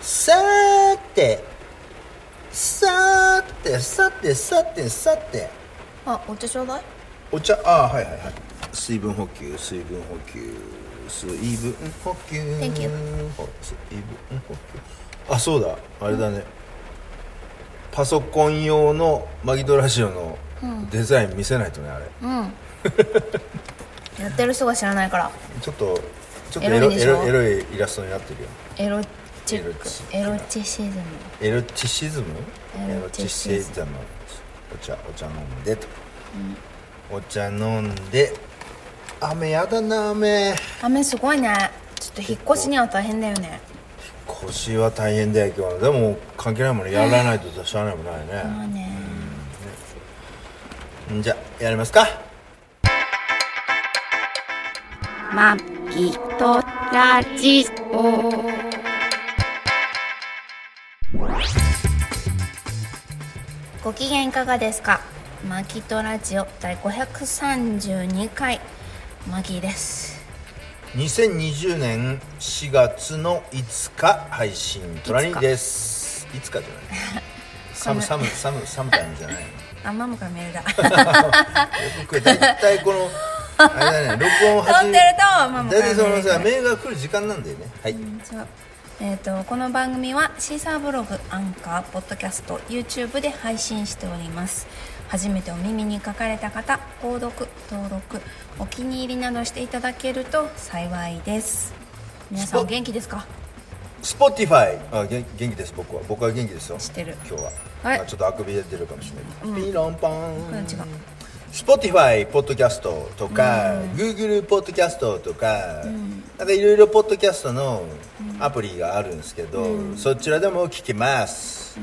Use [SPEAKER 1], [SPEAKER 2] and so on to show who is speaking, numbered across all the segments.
[SPEAKER 1] さーてさーてさてさてさて
[SPEAKER 2] あお茶ちょうだい
[SPEAKER 1] お茶あーはいはいはい水分補給水分補給水分補給
[SPEAKER 2] Thank you
[SPEAKER 1] ほ水分補給あそうだあれだね、パソコン用のマギドラジオのデザイン見せないとねあれ
[SPEAKER 2] うんやってる人が知らないから
[SPEAKER 1] ちょっとちょっと
[SPEAKER 2] エ
[SPEAKER 1] エ
[SPEAKER 2] ロい
[SPEAKER 1] ロ
[SPEAKER 2] で
[SPEAKER 1] エ
[SPEAKER 2] しょ
[SPEAKER 1] ロエロいイラストになってるよ
[SPEAKER 2] エロチックエ
[SPEAKER 1] エロチック
[SPEAKER 2] ロチシズム
[SPEAKER 1] エロチシズム
[SPEAKER 2] エ
[SPEAKER 1] エ
[SPEAKER 2] ロ
[SPEAKER 1] ロ
[SPEAKER 2] チ
[SPEAKER 1] チ
[SPEAKER 2] シ
[SPEAKER 1] シ
[SPEAKER 2] ズ
[SPEAKER 1] ズムお茶お茶飲んでと、お茶飲んで雨やだな雨
[SPEAKER 2] 雨すごいねちょっと引っ越しには大変だよね
[SPEAKER 1] 腰は大変だよ今日はでも関係ないもんねやらないとしゃあないもんない
[SPEAKER 2] まあ
[SPEAKER 1] ね、
[SPEAKER 2] ね
[SPEAKER 1] んじゃやりますか
[SPEAKER 3] マギトラジオ。
[SPEAKER 2] ご機嫌いかがですかマギトラジオ第532回マギです
[SPEAKER 1] 2020年4月の5日配信トラニーですいつかじゃないサムサムサムサムタイムじゃないの
[SPEAKER 2] あマムからメールだ
[SPEAKER 1] 僕大体このあれだね録音始
[SPEAKER 2] 撮ってるとママから
[SPEAKER 1] 大体そのさ
[SPEAKER 2] メ
[SPEAKER 1] メールが来る時間なんだよねはい、
[SPEAKER 2] そうえー、とこの番組はシーサーブログアンカーポッドキャスト YouTube で配信しております初めてお耳に書かれた方購読登録お気に入りなどしていただけると幸いです皆さんお元気ですか
[SPEAKER 1] Spotify あ元元気です僕は僕は元気ですよ
[SPEAKER 2] 知ってる
[SPEAKER 1] 今日は、
[SPEAKER 2] はい
[SPEAKER 1] まあちょっとあくび出てるかもしれない、ピロンポ
[SPEAKER 2] これ
[SPEAKER 1] ン
[SPEAKER 2] 違う
[SPEAKER 1] Spotify ポッドキャストとか、Google ポッドキャストとか、なんかいろいろポッドキャストのアプリがあるんですけど、そちらでも聞けます、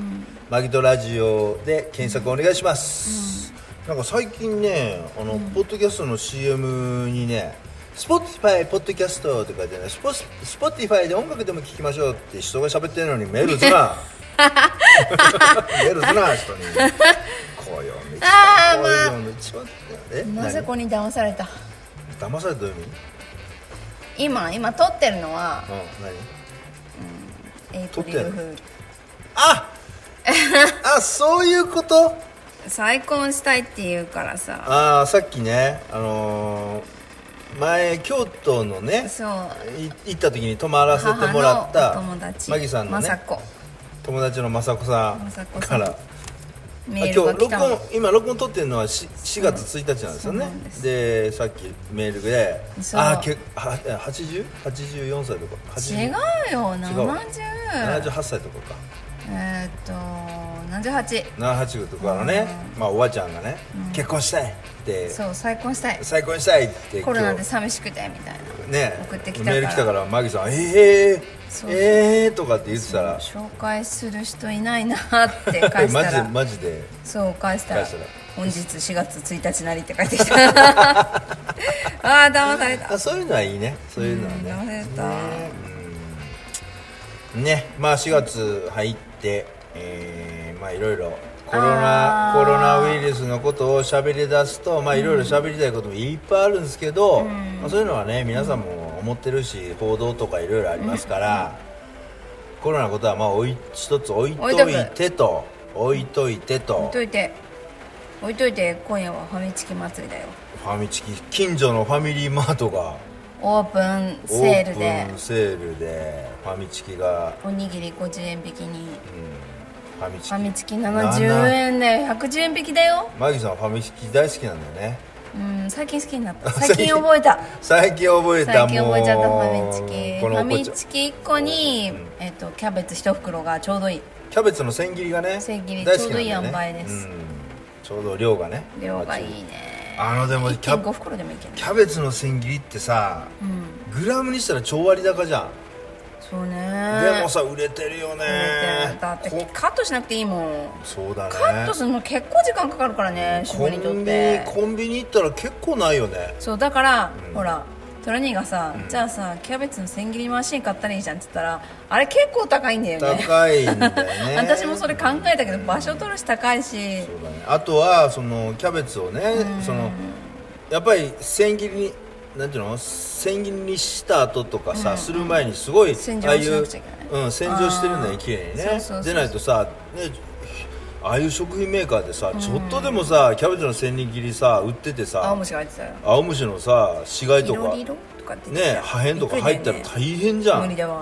[SPEAKER 1] マギトラジオで検索お願いします、なんか最近ねあの、ポッドキャストの CM にね Spotify ポッドキャストとかでねスポ Spotify で音楽でも聞きましょうって人が喋ってるのにメールす なメールすな人にこういうの一番
[SPEAKER 2] あー
[SPEAKER 1] こういうの一番え
[SPEAKER 2] まさこに騙された
[SPEAKER 1] 何騙されたどういう意味
[SPEAKER 2] 今今撮ってるのは
[SPEAKER 1] うん何
[SPEAKER 2] エイ
[SPEAKER 1] 撮っ
[SPEAKER 2] プリ
[SPEAKER 1] て
[SPEAKER 2] ル
[SPEAKER 1] る
[SPEAKER 2] フール
[SPEAKER 1] あ あそういうこと
[SPEAKER 2] 再婚したいって言うからさ
[SPEAKER 1] ああさっきねあのー前京都のね
[SPEAKER 2] そう
[SPEAKER 1] い行った時に泊まらせて
[SPEAKER 2] 母
[SPEAKER 1] もら
[SPEAKER 2] の
[SPEAKER 1] った
[SPEAKER 2] お友達
[SPEAKER 1] マギさんの
[SPEAKER 2] まさ
[SPEAKER 1] ね
[SPEAKER 2] こ
[SPEAKER 1] 友達の雅子さ
[SPEAKER 2] まさ
[SPEAKER 1] ん
[SPEAKER 2] こさ
[SPEAKER 1] か
[SPEAKER 2] ん
[SPEAKER 1] ら
[SPEAKER 2] メール
[SPEAKER 1] 今日録
[SPEAKER 2] が来たの
[SPEAKER 1] 音今録音撮ってるのはし 4, 月1日なんですよ
[SPEAKER 2] そう
[SPEAKER 1] ね
[SPEAKER 2] なんです
[SPEAKER 1] でさっきメールで
[SPEAKER 2] そう
[SPEAKER 1] ああ 80?84 歳とか
[SPEAKER 2] 違
[SPEAKER 1] 80
[SPEAKER 2] うよ70
[SPEAKER 1] 78歳とかか
[SPEAKER 2] えーっと78
[SPEAKER 1] 78とかのね、まあ、おばあちゃんがね、結婚したいって
[SPEAKER 2] そう再婚したい
[SPEAKER 1] 再婚したいって
[SPEAKER 2] コロナ
[SPEAKER 1] 今
[SPEAKER 2] で
[SPEAKER 1] 日
[SPEAKER 2] 寂しくてみたいな
[SPEAKER 1] ね
[SPEAKER 2] 送ってきたから
[SPEAKER 1] メール来たからマギさん「ええ
[SPEAKER 2] そ
[SPEAKER 1] ー、
[SPEAKER 2] う
[SPEAKER 1] ええー」とかって言ってたら
[SPEAKER 2] 紹介する人いないなって返し
[SPEAKER 1] マ
[SPEAKER 2] た
[SPEAKER 1] ジで
[SPEAKER 2] ら
[SPEAKER 1] マジで
[SPEAKER 2] そう返したら
[SPEAKER 1] 返したら
[SPEAKER 2] 本日4月1日なりって返って きたああ騙された
[SPEAKER 1] あそういうのはいいねそういうのは
[SPEAKER 2] うん
[SPEAKER 1] ね
[SPEAKER 2] 騙された
[SPEAKER 1] うんねまあ4月入って、えーまあいろいろコロナ
[SPEAKER 2] あー
[SPEAKER 1] コロナウイルスのことを喋り出すとまあいろいろ喋りたいこともいっぱいあるんですけど、まあ、そういうのはね皆さんも思ってるし報道とかいろいろありますから、コロナのことはまあおい一つ置いといてと置いといて
[SPEAKER 2] 置
[SPEAKER 1] と
[SPEAKER 2] いといて置いといて今夜はファミチキ祭りだよ
[SPEAKER 1] ファミチキ近所のファミリーマートが
[SPEAKER 2] オープンセール
[SPEAKER 1] オー
[SPEAKER 2] で
[SPEAKER 1] プンセールでファミチキが
[SPEAKER 2] おにぎり50円引きに
[SPEAKER 1] ファミチキ
[SPEAKER 2] ファミチキ70円だよ110円引きだよ
[SPEAKER 1] マギさんファミチキ大好きなんだよね
[SPEAKER 2] うん最近好きになった最近覚えた
[SPEAKER 1] 最近覚えた
[SPEAKER 2] 最
[SPEAKER 1] もう
[SPEAKER 2] 近覚えちゃったファミチキフ
[SPEAKER 1] この
[SPEAKER 2] ァ
[SPEAKER 1] お子
[SPEAKER 2] ミ
[SPEAKER 1] ちゃん
[SPEAKER 2] チキ1個に、えっとキャベツ1袋がちょうどいい
[SPEAKER 1] キャベツの千切りがね
[SPEAKER 2] 千切り
[SPEAKER 1] 大好きなんだ
[SPEAKER 2] ちょ
[SPEAKER 1] よ
[SPEAKER 2] うど
[SPEAKER 1] ね
[SPEAKER 2] いい塩梅です
[SPEAKER 1] うんちょうど量がね
[SPEAKER 2] 量がいいね
[SPEAKER 1] あのでもキ
[SPEAKER 2] 1.5
[SPEAKER 1] ャ
[SPEAKER 2] 袋でもいける
[SPEAKER 1] キャベツの千切りってさ、グラムにしたら超割高じゃん、
[SPEAKER 2] そうね
[SPEAKER 1] でもさ売れてるよね
[SPEAKER 2] だって
[SPEAKER 1] こ
[SPEAKER 2] カットしなくていいもん
[SPEAKER 1] そうだね
[SPEAKER 2] カットするの結構時間かかるからね
[SPEAKER 1] コ
[SPEAKER 2] 絞りにと
[SPEAKER 1] ン
[SPEAKER 2] っ
[SPEAKER 1] ビニ
[SPEAKER 2] て
[SPEAKER 1] コンビニ行ったら結構ないよね
[SPEAKER 2] そうだから、ほらトラニーがさ、じゃあさキャベツの千切りマシン買ったらいいじゃんって言ったらあれ結構高いんだよね
[SPEAKER 1] 高いんだよね
[SPEAKER 2] 私もそれ考えたけど場所取るし高いし
[SPEAKER 1] そうだねあとはそのキャベツをね、そのやっぱり千切りになんていうの千切りにした後とかさ、する前にすごい
[SPEAKER 2] 洗
[SPEAKER 1] あ
[SPEAKER 2] 浄
[SPEAKER 1] あい
[SPEAKER 2] しな
[SPEAKER 1] う
[SPEAKER 2] くちゃいけ
[SPEAKER 1] うん、洗浄してるんだよ綺麗にね
[SPEAKER 2] そうそうそう
[SPEAKER 1] でないとさ、ね、ああいう食品メーカーでさ、ちょっとでもさキャベツの千切りさ売ってて
[SPEAKER 2] 青
[SPEAKER 1] さ
[SPEAKER 2] 虫が入ってたよ
[SPEAKER 1] 青虫のさ死骸と
[SPEAKER 2] い
[SPEAKER 1] か
[SPEAKER 2] ろいろとかって言ってた
[SPEAKER 1] ね破片とか入ったら
[SPEAKER 2] びっく
[SPEAKER 1] 大
[SPEAKER 2] り
[SPEAKER 1] 変じ
[SPEAKER 2] だよ
[SPEAKER 1] ゃ
[SPEAKER 2] ね無
[SPEAKER 1] ん
[SPEAKER 2] 理だわ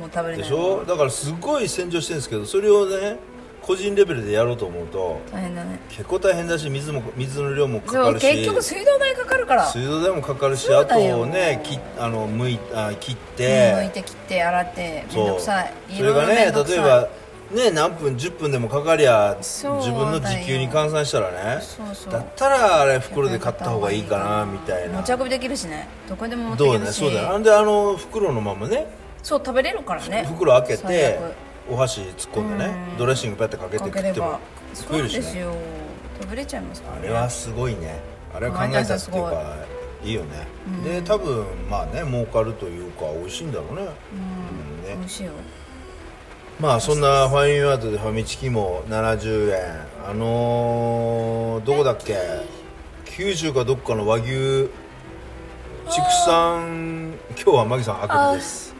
[SPEAKER 2] もう食べれない
[SPEAKER 1] でしょだからすごい洗浄してるんですけどそれをね個人レベルでやろうと思うと
[SPEAKER 2] 大変だね
[SPEAKER 1] 結構大変だし水も水の量もか
[SPEAKER 2] そ
[SPEAKER 1] か
[SPEAKER 2] う
[SPEAKER 1] るし
[SPEAKER 2] 結局水道代かかるから
[SPEAKER 1] 水道代もかかるし
[SPEAKER 2] そ
[SPEAKER 1] あ
[SPEAKER 2] うだよ
[SPEAKER 1] とねきあのむいあ切って、
[SPEAKER 2] 剥いて切って洗ってめんどくさい
[SPEAKER 1] それがね
[SPEAKER 2] いろいろめんどくさ
[SPEAKER 1] 例
[SPEAKER 2] い
[SPEAKER 1] えばね何分10分でもかかりゃ自
[SPEAKER 2] そう
[SPEAKER 1] 分の時給に換算したらね
[SPEAKER 2] そうそう
[SPEAKER 1] だったらあれ袋で買った方がいいかなみたいな
[SPEAKER 2] 持ち運びできるしねどこでも持って
[SPEAKER 1] ど
[SPEAKER 2] け
[SPEAKER 1] う
[SPEAKER 2] る
[SPEAKER 1] ね
[SPEAKER 2] し
[SPEAKER 1] そうだよなんであの袋のままね
[SPEAKER 2] そう食べれるからね
[SPEAKER 1] 袋開け
[SPEAKER 2] 最
[SPEAKER 1] て
[SPEAKER 2] 悪
[SPEAKER 1] お箸突っ込んでね
[SPEAKER 2] うん
[SPEAKER 1] ドレッシングペッてかけて
[SPEAKER 2] か
[SPEAKER 1] 食
[SPEAKER 2] け
[SPEAKER 1] っ
[SPEAKER 2] れ
[SPEAKER 1] ても
[SPEAKER 2] ば
[SPEAKER 1] 食
[SPEAKER 2] そ
[SPEAKER 1] え
[SPEAKER 2] う
[SPEAKER 1] るし
[SPEAKER 2] で
[SPEAKER 1] ね
[SPEAKER 2] すよ食べれちゃいますからね
[SPEAKER 1] あれはすごいねあれは考えたっていう
[SPEAKER 2] 考えた
[SPEAKER 1] かいいよね、で多分まあね儲かるというか美味しいんだろうね,、うん
[SPEAKER 2] 美
[SPEAKER 1] ね
[SPEAKER 2] 味しいよ
[SPEAKER 1] まあそんなファインワードでファミチキも70円あのーどこだっけ九州かどっかの和牛畜産今日はマギさんあくびです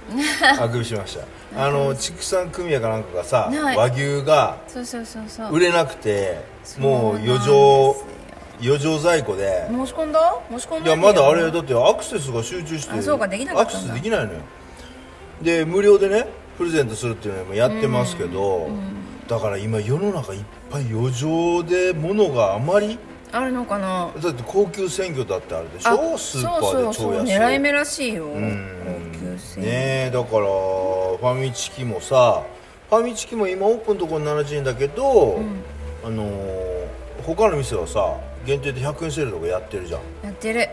[SPEAKER 1] あくびしましたあの畜産組合かなんかがさ
[SPEAKER 2] はい
[SPEAKER 1] 和牛が
[SPEAKER 2] そうそうそうそう
[SPEAKER 1] 売れなくてもう
[SPEAKER 2] そうなん
[SPEAKER 1] 余
[SPEAKER 2] です
[SPEAKER 1] 剰
[SPEAKER 2] よ
[SPEAKER 1] 余剰在庫で
[SPEAKER 2] 申し込んだ申し込ん
[SPEAKER 1] い
[SPEAKER 2] だ
[SPEAKER 1] やまだあれだってアクセスが集中して
[SPEAKER 2] あそうかできなか
[SPEAKER 1] ア
[SPEAKER 2] っ
[SPEAKER 1] ク
[SPEAKER 2] たん
[SPEAKER 1] セ
[SPEAKER 2] だ
[SPEAKER 1] スできないのよで無料でねプレゼントするっていうのもやってますけど、だから今世の中いっぱい余剰で物があまり
[SPEAKER 2] あるのかな
[SPEAKER 1] だって高級鮮魚だってあるでし
[SPEAKER 2] あ
[SPEAKER 1] ょスーパーで
[SPEAKER 2] そ
[SPEAKER 1] 超
[SPEAKER 2] うそうそう
[SPEAKER 1] 安い
[SPEAKER 2] 狙い目らしいよ高
[SPEAKER 1] うん
[SPEAKER 2] 級生
[SPEAKER 1] ねえだからファミチキもさファミチキも今オープンのところ70円だけど、あのー他の店はさ限定で100円セールとかやってるじゃん
[SPEAKER 2] やってる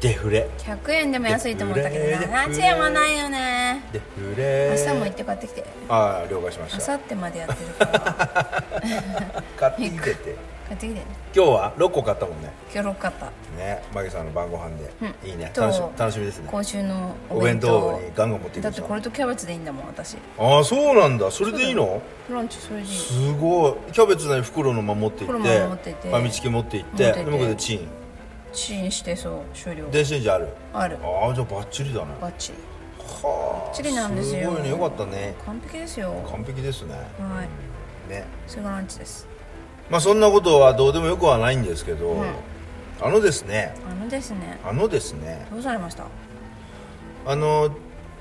[SPEAKER 1] デフレ
[SPEAKER 2] 100円でも安いと思ったけ
[SPEAKER 1] で
[SPEAKER 2] ど
[SPEAKER 1] 売れ
[SPEAKER 2] 70円はないよね
[SPEAKER 1] デフレ
[SPEAKER 2] 明日も行って買ってきて
[SPEAKER 1] ああ了解しま
[SPEAKER 2] 明
[SPEAKER 1] した
[SPEAKER 2] 後日までやってるから
[SPEAKER 1] 買ってきてて
[SPEAKER 2] 買ってきてね
[SPEAKER 1] 今日は6個買ったもんね
[SPEAKER 2] 今日6買った
[SPEAKER 1] ねマギさんの晩ご飯で、
[SPEAKER 2] うん
[SPEAKER 1] いいね
[SPEAKER 2] と
[SPEAKER 1] 楽し楽しみですね
[SPEAKER 2] 今週の
[SPEAKER 1] お
[SPEAKER 2] お
[SPEAKER 1] 弁
[SPEAKER 2] 弁当
[SPEAKER 1] 当にガンガン持っていき
[SPEAKER 2] だ
[SPEAKER 1] ま
[SPEAKER 2] っ
[SPEAKER 1] してょ
[SPEAKER 2] こ
[SPEAKER 1] う
[SPEAKER 2] れとキャベツでいいんだもん私
[SPEAKER 1] ああそうなんだそれでいいの
[SPEAKER 2] ランチそれでいい
[SPEAKER 1] すごいキャベツの袋のまま持っていって
[SPEAKER 2] 袋のまま持っていって
[SPEAKER 1] ファミチキ持っていっ
[SPEAKER 2] 持
[SPEAKER 1] て
[SPEAKER 2] っていって
[SPEAKER 1] で僕でチン
[SPEAKER 2] チンしてそう終了
[SPEAKER 1] 電子レンジある
[SPEAKER 2] ある
[SPEAKER 1] ああじゃあバッチリだね
[SPEAKER 2] バッチリ
[SPEAKER 1] はあ
[SPEAKER 2] チリなんですよ
[SPEAKER 1] すごいねよかったね
[SPEAKER 2] 完璧ですよ
[SPEAKER 1] 完璧ですね
[SPEAKER 2] はい
[SPEAKER 1] ね
[SPEAKER 2] それがランチです
[SPEAKER 1] まあそんなことはどうでもよくはないんですけど、あのですね
[SPEAKER 2] あのですね
[SPEAKER 1] あのですね
[SPEAKER 2] どうされました
[SPEAKER 1] あの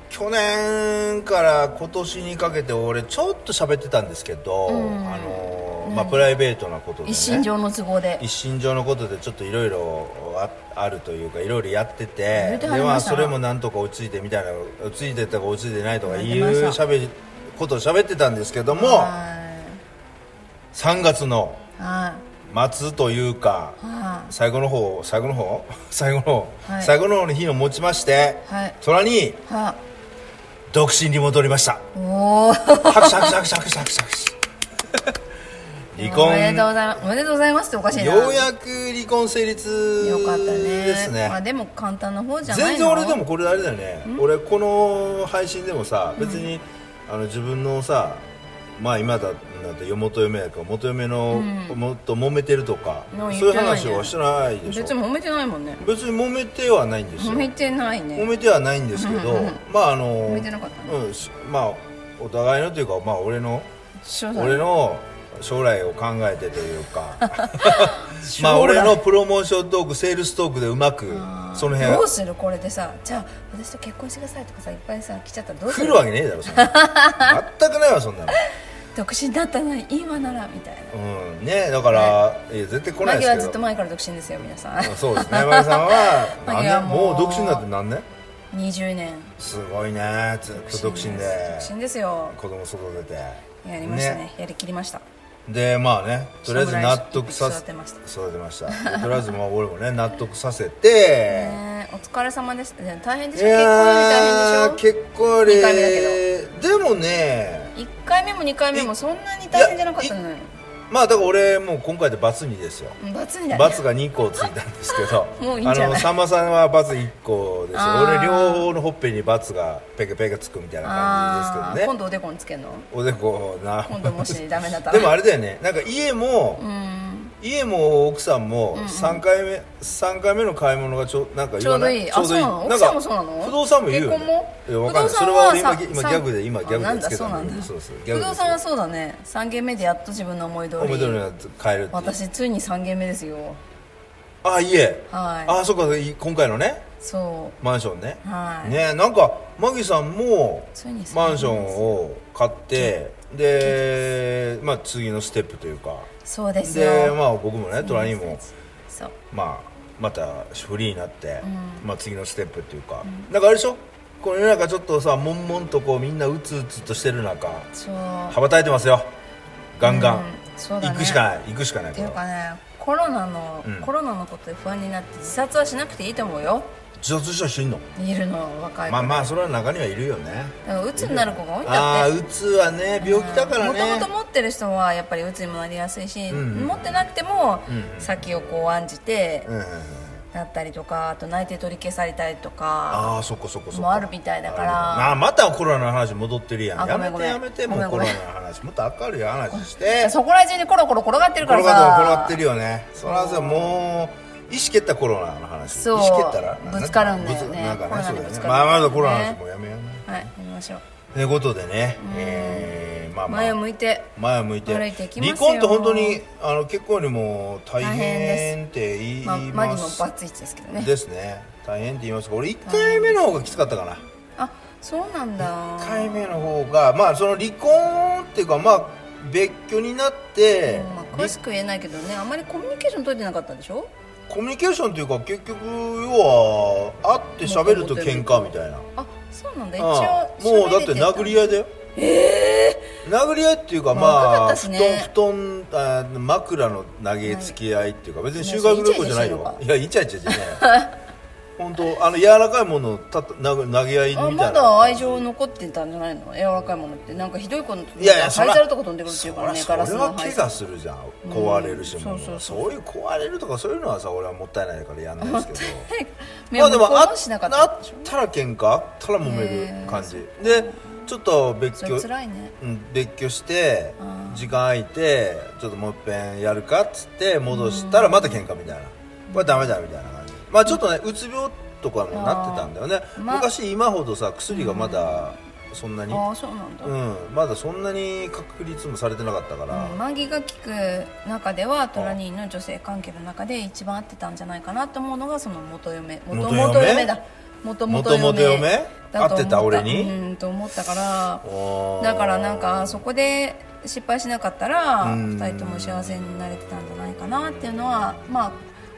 [SPEAKER 1] 去年から今年にかけて俺ちょっと喋ってたんですけど、
[SPEAKER 2] ん
[SPEAKER 1] あのまあ、プライベートなことで、ね、
[SPEAKER 2] 一身上の都合で
[SPEAKER 1] 一身上のことでちょっといろいろああるというかいろいろやってて
[SPEAKER 2] れては
[SPEAKER 1] でま
[SPEAKER 2] りま
[SPEAKER 1] あ
[SPEAKER 2] した
[SPEAKER 1] それもなんとか落ち着いてみたいな落ち着いてたか落ち着いてないとかい
[SPEAKER 2] やって
[SPEAKER 1] う
[SPEAKER 2] ました
[SPEAKER 1] 喋りことを喋ってたんですけども
[SPEAKER 2] は
[SPEAKER 1] 3月の
[SPEAKER 2] いは
[SPEAKER 1] 末というか
[SPEAKER 2] いは
[SPEAKER 1] 最後の方最後の方 最後の方、
[SPEAKER 2] はい
[SPEAKER 1] 最後の方の日をもちまして、
[SPEAKER 2] いはい
[SPEAKER 1] 虎に
[SPEAKER 2] は
[SPEAKER 1] 独身に戻りました。
[SPEAKER 2] おお
[SPEAKER 1] 拍手拍手拍手拍手拍手拍手 離
[SPEAKER 2] お
[SPEAKER 1] 婚
[SPEAKER 2] めでとうございますおめでとうございますっておかしいな
[SPEAKER 1] ようやく離婚成立
[SPEAKER 2] よかったね
[SPEAKER 1] ですね
[SPEAKER 2] まあでも簡単な方じゃないの
[SPEAKER 1] 全然俺でもこれあれだよね俺この配信でもさ別に、あの自分のさまあ今だなんて元嫁やから元嫁の、もっと揉めてるとか
[SPEAKER 2] も
[SPEAKER 1] そうう
[SPEAKER 2] 言ってないね
[SPEAKER 1] いう話はしてないでしょ
[SPEAKER 2] 別に揉めてないもんね
[SPEAKER 1] 別に揉めてはないんですよ
[SPEAKER 2] 揉めてないね
[SPEAKER 1] 揉めてはないんですけど、まああの
[SPEAKER 2] 揉めてなかった
[SPEAKER 1] うんしまあお互いのというかまあ俺の
[SPEAKER 2] そうだね
[SPEAKER 1] 俺の将来を考えてというか
[SPEAKER 2] 将来
[SPEAKER 1] まあ俺のプロモーショントークセールストークでうまくその辺
[SPEAKER 2] どうするこれでさじゃあ私と結婚してくださいとかさいっぱいさ来ちゃったらどうす
[SPEAKER 1] 来
[SPEAKER 2] る
[SPEAKER 1] るわけねえだろそんな全くないわそんなの、
[SPEAKER 2] 独身だったのに今ならみたいな
[SPEAKER 1] うん、ねだから、いや絶対来ない
[SPEAKER 2] マ
[SPEAKER 1] で
[SPEAKER 2] ギ
[SPEAKER 1] す
[SPEAKER 2] は
[SPEAKER 1] け
[SPEAKER 2] ず
[SPEAKER 1] ど
[SPEAKER 2] っと前から独身ですよ皆さん
[SPEAKER 1] あそうですねマギさんは
[SPEAKER 2] マ
[SPEAKER 1] 何
[SPEAKER 2] ギは
[SPEAKER 1] 年
[SPEAKER 2] も
[SPEAKER 1] も
[SPEAKER 2] う
[SPEAKER 1] う独身になって何年
[SPEAKER 2] 20年
[SPEAKER 1] すごいねずっと独身で
[SPEAKER 2] 独身ですよ
[SPEAKER 1] 子供育てて
[SPEAKER 2] やりましたねやりきりました
[SPEAKER 1] でまあねとりあえず納得させ
[SPEAKER 2] 侍育てまし
[SPEAKER 1] 育てましたでとりあえずまあ俺もね納得させて、
[SPEAKER 2] ねえお疲れ様ですいや大変で
[SPEAKER 1] い
[SPEAKER 2] しょ結婚より
[SPEAKER 1] や
[SPEAKER 2] 大
[SPEAKER 1] ー
[SPEAKER 2] 変でしょ
[SPEAKER 1] 結構あれ
[SPEAKER 2] 二回目だ
[SPEAKER 1] でもね
[SPEAKER 2] 1回目も2回目もそんなに大変じゃなかったのよ
[SPEAKER 1] まあだから俺もう今回でバツ2ですよ
[SPEAKER 2] うん罰になる
[SPEAKER 1] バツが2個ついたんですけど
[SPEAKER 2] もういいんじゃない
[SPEAKER 1] あのさんまさんはバツ1個ですよ
[SPEAKER 2] あー
[SPEAKER 1] 俺両方のほっぺにバツがペケペケつくみたいな感
[SPEAKER 2] あ
[SPEAKER 1] じ
[SPEAKER 2] ー
[SPEAKER 1] ですけど
[SPEAKER 2] 今
[SPEAKER 1] ね
[SPEAKER 2] 度おでこにつけんの
[SPEAKER 1] おでこな
[SPEAKER 2] 今度もしダメだったら
[SPEAKER 1] でもあれだよねなんか家も
[SPEAKER 2] うん
[SPEAKER 1] 家も奥さんも3回目、三回目の買い物がちょなんか言わない
[SPEAKER 2] ちょうどいいあそ
[SPEAKER 1] か
[SPEAKER 2] うなの奥さんもそうなの
[SPEAKER 1] 不動産も言うよ、ね、
[SPEAKER 2] 結婚も
[SPEAKER 1] いやわかんない
[SPEAKER 2] 不動
[SPEAKER 1] それ
[SPEAKER 2] 産
[SPEAKER 1] は
[SPEAKER 2] は
[SPEAKER 1] 俺今
[SPEAKER 2] さ
[SPEAKER 1] 今
[SPEAKER 2] さ
[SPEAKER 1] ギャグで今ギ
[SPEAKER 2] あ
[SPEAKER 1] ャ
[SPEAKER 2] な
[SPEAKER 1] グ
[SPEAKER 2] ん
[SPEAKER 1] で
[SPEAKER 2] だ
[SPEAKER 1] つけたんだけど
[SPEAKER 2] そ
[SPEAKER 1] そうう
[SPEAKER 2] なんだ
[SPEAKER 1] そうギャ
[SPEAKER 2] 不
[SPEAKER 1] グで
[SPEAKER 2] 動
[SPEAKER 1] つけ
[SPEAKER 2] 産は
[SPEAKER 1] た
[SPEAKER 2] そうだね3軒目でやっと自分の思い通
[SPEAKER 1] おめでとう
[SPEAKER 2] り
[SPEAKER 1] やつ買えるっていう
[SPEAKER 2] 私ついに3軒目ですよ
[SPEAKER 1] あいえ
[SPEAKER 2] はい
[SPEAKER 1] あそっかい今回のね
[SPEAKER 2] そ
[SPEAKER 1] マンションね
[SPEAKER 2] うはい
[SPEAKER 1] ねなんかマギさんも
[SPEAKER 2] ついにそう
[SPEAKER 1] マンションを買ってで、まあ、次のステップというか
[SPEAKER 2] そうですよ
[SPEAKER 1] で、まあ、僕もねトラにも、
[SPEAKER 2] そう
[SPEAKER 1] まあ、またフリーになって、まあ、次のステップっていうか、なんかあれでしょこの世の中ちょっとさ悶々とこうみんなうつうつとしてる中
[SPEAKER 2] そう
[SPEAKER 1] 羽ばたいてますよガンガン、
[SPEAKER 2] うんそうだ
[SPEAKER 1] 行
[SPEAKER 2] ね
[SPEAKER 1] くしかない行くしかない
[SPEAKER 2] っていう
[SPEAKER 1] これは
[SPEAKER 2] かねコロナの、
[SPEAKER 1] うん
[SPEAKER 2] コロナのことで不安になって自殺はしなくていいと思うよ
[SPEAKER 1] 自殺した人いんの
[SPEAKER 2] いるの若い子
[SPEAKER 1] まあまあそれは中にはいるよね
[SPEAKER 2] だからうつになる子が多いん
[SPEAKER 1] あ
[SPEAKER 2] だ
[SPEAKER 1] あ
[SPEAKER 2] って
[SPEAKER 1] うつはね病気だからね
[SPEAKER 2] もともと持ってる人はやっぱりうつにもなりやすいし、
[SPEAKER 1] んうん
[SPEAKER 2] 持ってなくても
[SPEAKER 1] うんうん
[SPEAKER 2] 先をこう案じて
[SPEAKER 1] うんうんうん
[SPEAKER 2] だったりとかあと内定取り消されたりとか
[SPEAKER 1] ああそっかそっかそっか
[SPEAKER 2] もあるみたいだから
[SPEAKER 1] ああまたコロナの話戻ってるやん
[SPEAKER 2] あ
[SPEAKER 1] や
[SPEAKER 2] ご
[SPEAKER 1] め
[SPEAKER 2] めんご
[SPEAKER 1] て
[SPEAKER 2] めん
[SPEAKER 1] やめても
[SPEAKER 2] ごめ
[SPEAKER 1] うんコ
[SPEAKER 2] ご
[SPEAKER 1] ロ
[SPEAKER 2] めん
[SPEAKER 1] ナの話もっと明るい話 して
[SPEAKER 2] そこら中にコロコロ転がってるか
[SPEAKER 1] 転
[SPEAKER 2] ら
[SPEAKER 1] がってる転
[SPEAKER 2] さ
[SPEAKER 1] がってるよねそらさもう意識蹴ったコロナの話
[SPEAKER 2] そう
[SPEAKER 1] 意識蹴ったら
[SPEAKER 2] ぶつかるんだよね
[SPEAKER 1] ぶつなんか
[SPEAKER 2] コロ
[SPEAKER 1] ね
[SPEAKER 2] ナ
[SPEAKER 1] そうだよ
[SPEAKER 2] にぶ
[SPEAKER 1] ね
[SPEAKER 2] つかる
[SPEAKER 1] まあまだコロナの話もうやめようね
[SPEAKER 2] はいやりましょう
[SPEAKER 1] ということでねえーまあまあ
[SPEAKER 2] 前を向いて
[SPEAKER 1] 前を向いて
[SPEAKER 2] 歩いていきますよ
[SPEAKER 1] 離婚って本当にあの結婚よりも大
[SPEAKER 2] 大変
[SPEAKER 1] 変って言い
[SPEAKER 2] まあ、マ
[SPEAKER 1] ま
[SPEAKER 2] ギも
[SPEAKER 1] す
[SPEAKER 2] バツイチですけどね
[SPEAKER 1] ですね大変って言いますが俺1回目の方がきつかったかな
[SPEAKER 2] あそうなんだ
[SPEAKER 1] 1回目の方がまあその離婚っていうかまあ別居になって、
[SPEAKER 2] まあ、詳しく言えないけどねあんまりコミュニケーション取れてなかったんでしょ
[SPEAKER 1] コミュニケーションっていうか結局要は会って喋ると喧嘩みたいな
[SPEAKER 2] あそうなんだ一応
[SPEAKER 1] ああもうだって殴り
[SPEAKER 2] 合い
[SPEAKER 1] 合いだよ殴り合いっていうかま
[SPEAKER 2] 若か
[SPEAKER 1] あ、
[SPEAKER 2] ったし
[SPEAKER 1] 布
[SPEAKER 2] ね
[SPEAKER 1] 団布団あ枕の投げつけ合いっていうか、別に修学旅行じゃないよいやイチャイチャじゃない 本当あの柔らかいものをたた投げ投げ合いみ
[SPEAKER 2] あ
[SPEAKER 1] たい
[SPEAKER 2] ま
[SPEAKER 1] な
[SPEAKER 2] だ愛情残ってたんじゃないの柔らかいものってなんかひどいこと
[SPEAKER 1] いやいやそ
[SPEAKER 2] 灰
[SPEAKER 1] ら
[SPEAKER 2] 皿とか飛んでくるっていうからね
[SPEAKER 1] そ
[SPEAKER 2] ガ
[SPEAKER 1] りゃ
[SPEAKER 2] ラ
[SPEAKER 1] そ
[SPEAKER 2] ス
[SPEAKER 1] れ
[SPEAKER 2] の
[SPEAKER 1] は
[SPEAKER 2] 灰
[SPEAKER 1] 怪
[SPEAKER 2] 皿
[SPEAKER 1] 我するじゃん壊れるし
[SPEAKER 2] うん
[SPEAKER 1] もう
[SPEAKER 2] そうそうそう
[SPEAKER 1] そういう壊れるとかそういうのはさ俺はもったいないからやんないですけど
[SPEAKER 2] 目を向こ
[SPEAKER 1] あ
[SPEAKER 2] うもしなかっ
[SPEAKER 1] あ
[SPEAKER 2] たん
[SPEAKER 1] っ
[SPEAKER 2] でしょ
[SPEAKER 1] たら喧嘩あったら揉める感じでちょっと別
[SPEAKER 2] そ
[SPEAKER 1] 居
[SPEAKER 2] れ辛いね
[SPEAKER 1] うん別居して
[SPEAKER 2] あー
[SPEAKER 1] 時間空いてちょっともう一遍やるかっつって戻したらまた喧嘩みたいなこれダメだみたいな感じまあちょっとねうつ病とかもなってたんだよね
[SPEAKER 2] ま
[SPEAKER 1] 昔今ほどさ薬がまだそんなに
[SPEAKER 2] ああそうなんだ、
[SPEAKER 1] うん、まだそんなに確立もされてなかったから、
[SPEAKER 2] うんマギが聞く中ではトラニーの女性関係の中で一番合ってたんじゃないかなと思うのがその元嫁元
[SPEAKER 1] 元嫁
[SPEAKER 2] 嫁だ元々嫁
[SPEAKER 1] 元々嫁
[SPEAKER 2] だと思
[SPEAKER 1] 合ってた俺に
[SPEAKER 2] うんと思ったから
[SPEAKER 1] おー
[SPEAKER 2] だからなんかそこで失敗しなかったら
[SPEAKER 1] うん
[SPEAKER 2] 2人とも幸せになれてたんじゃないかなっていうのはまあ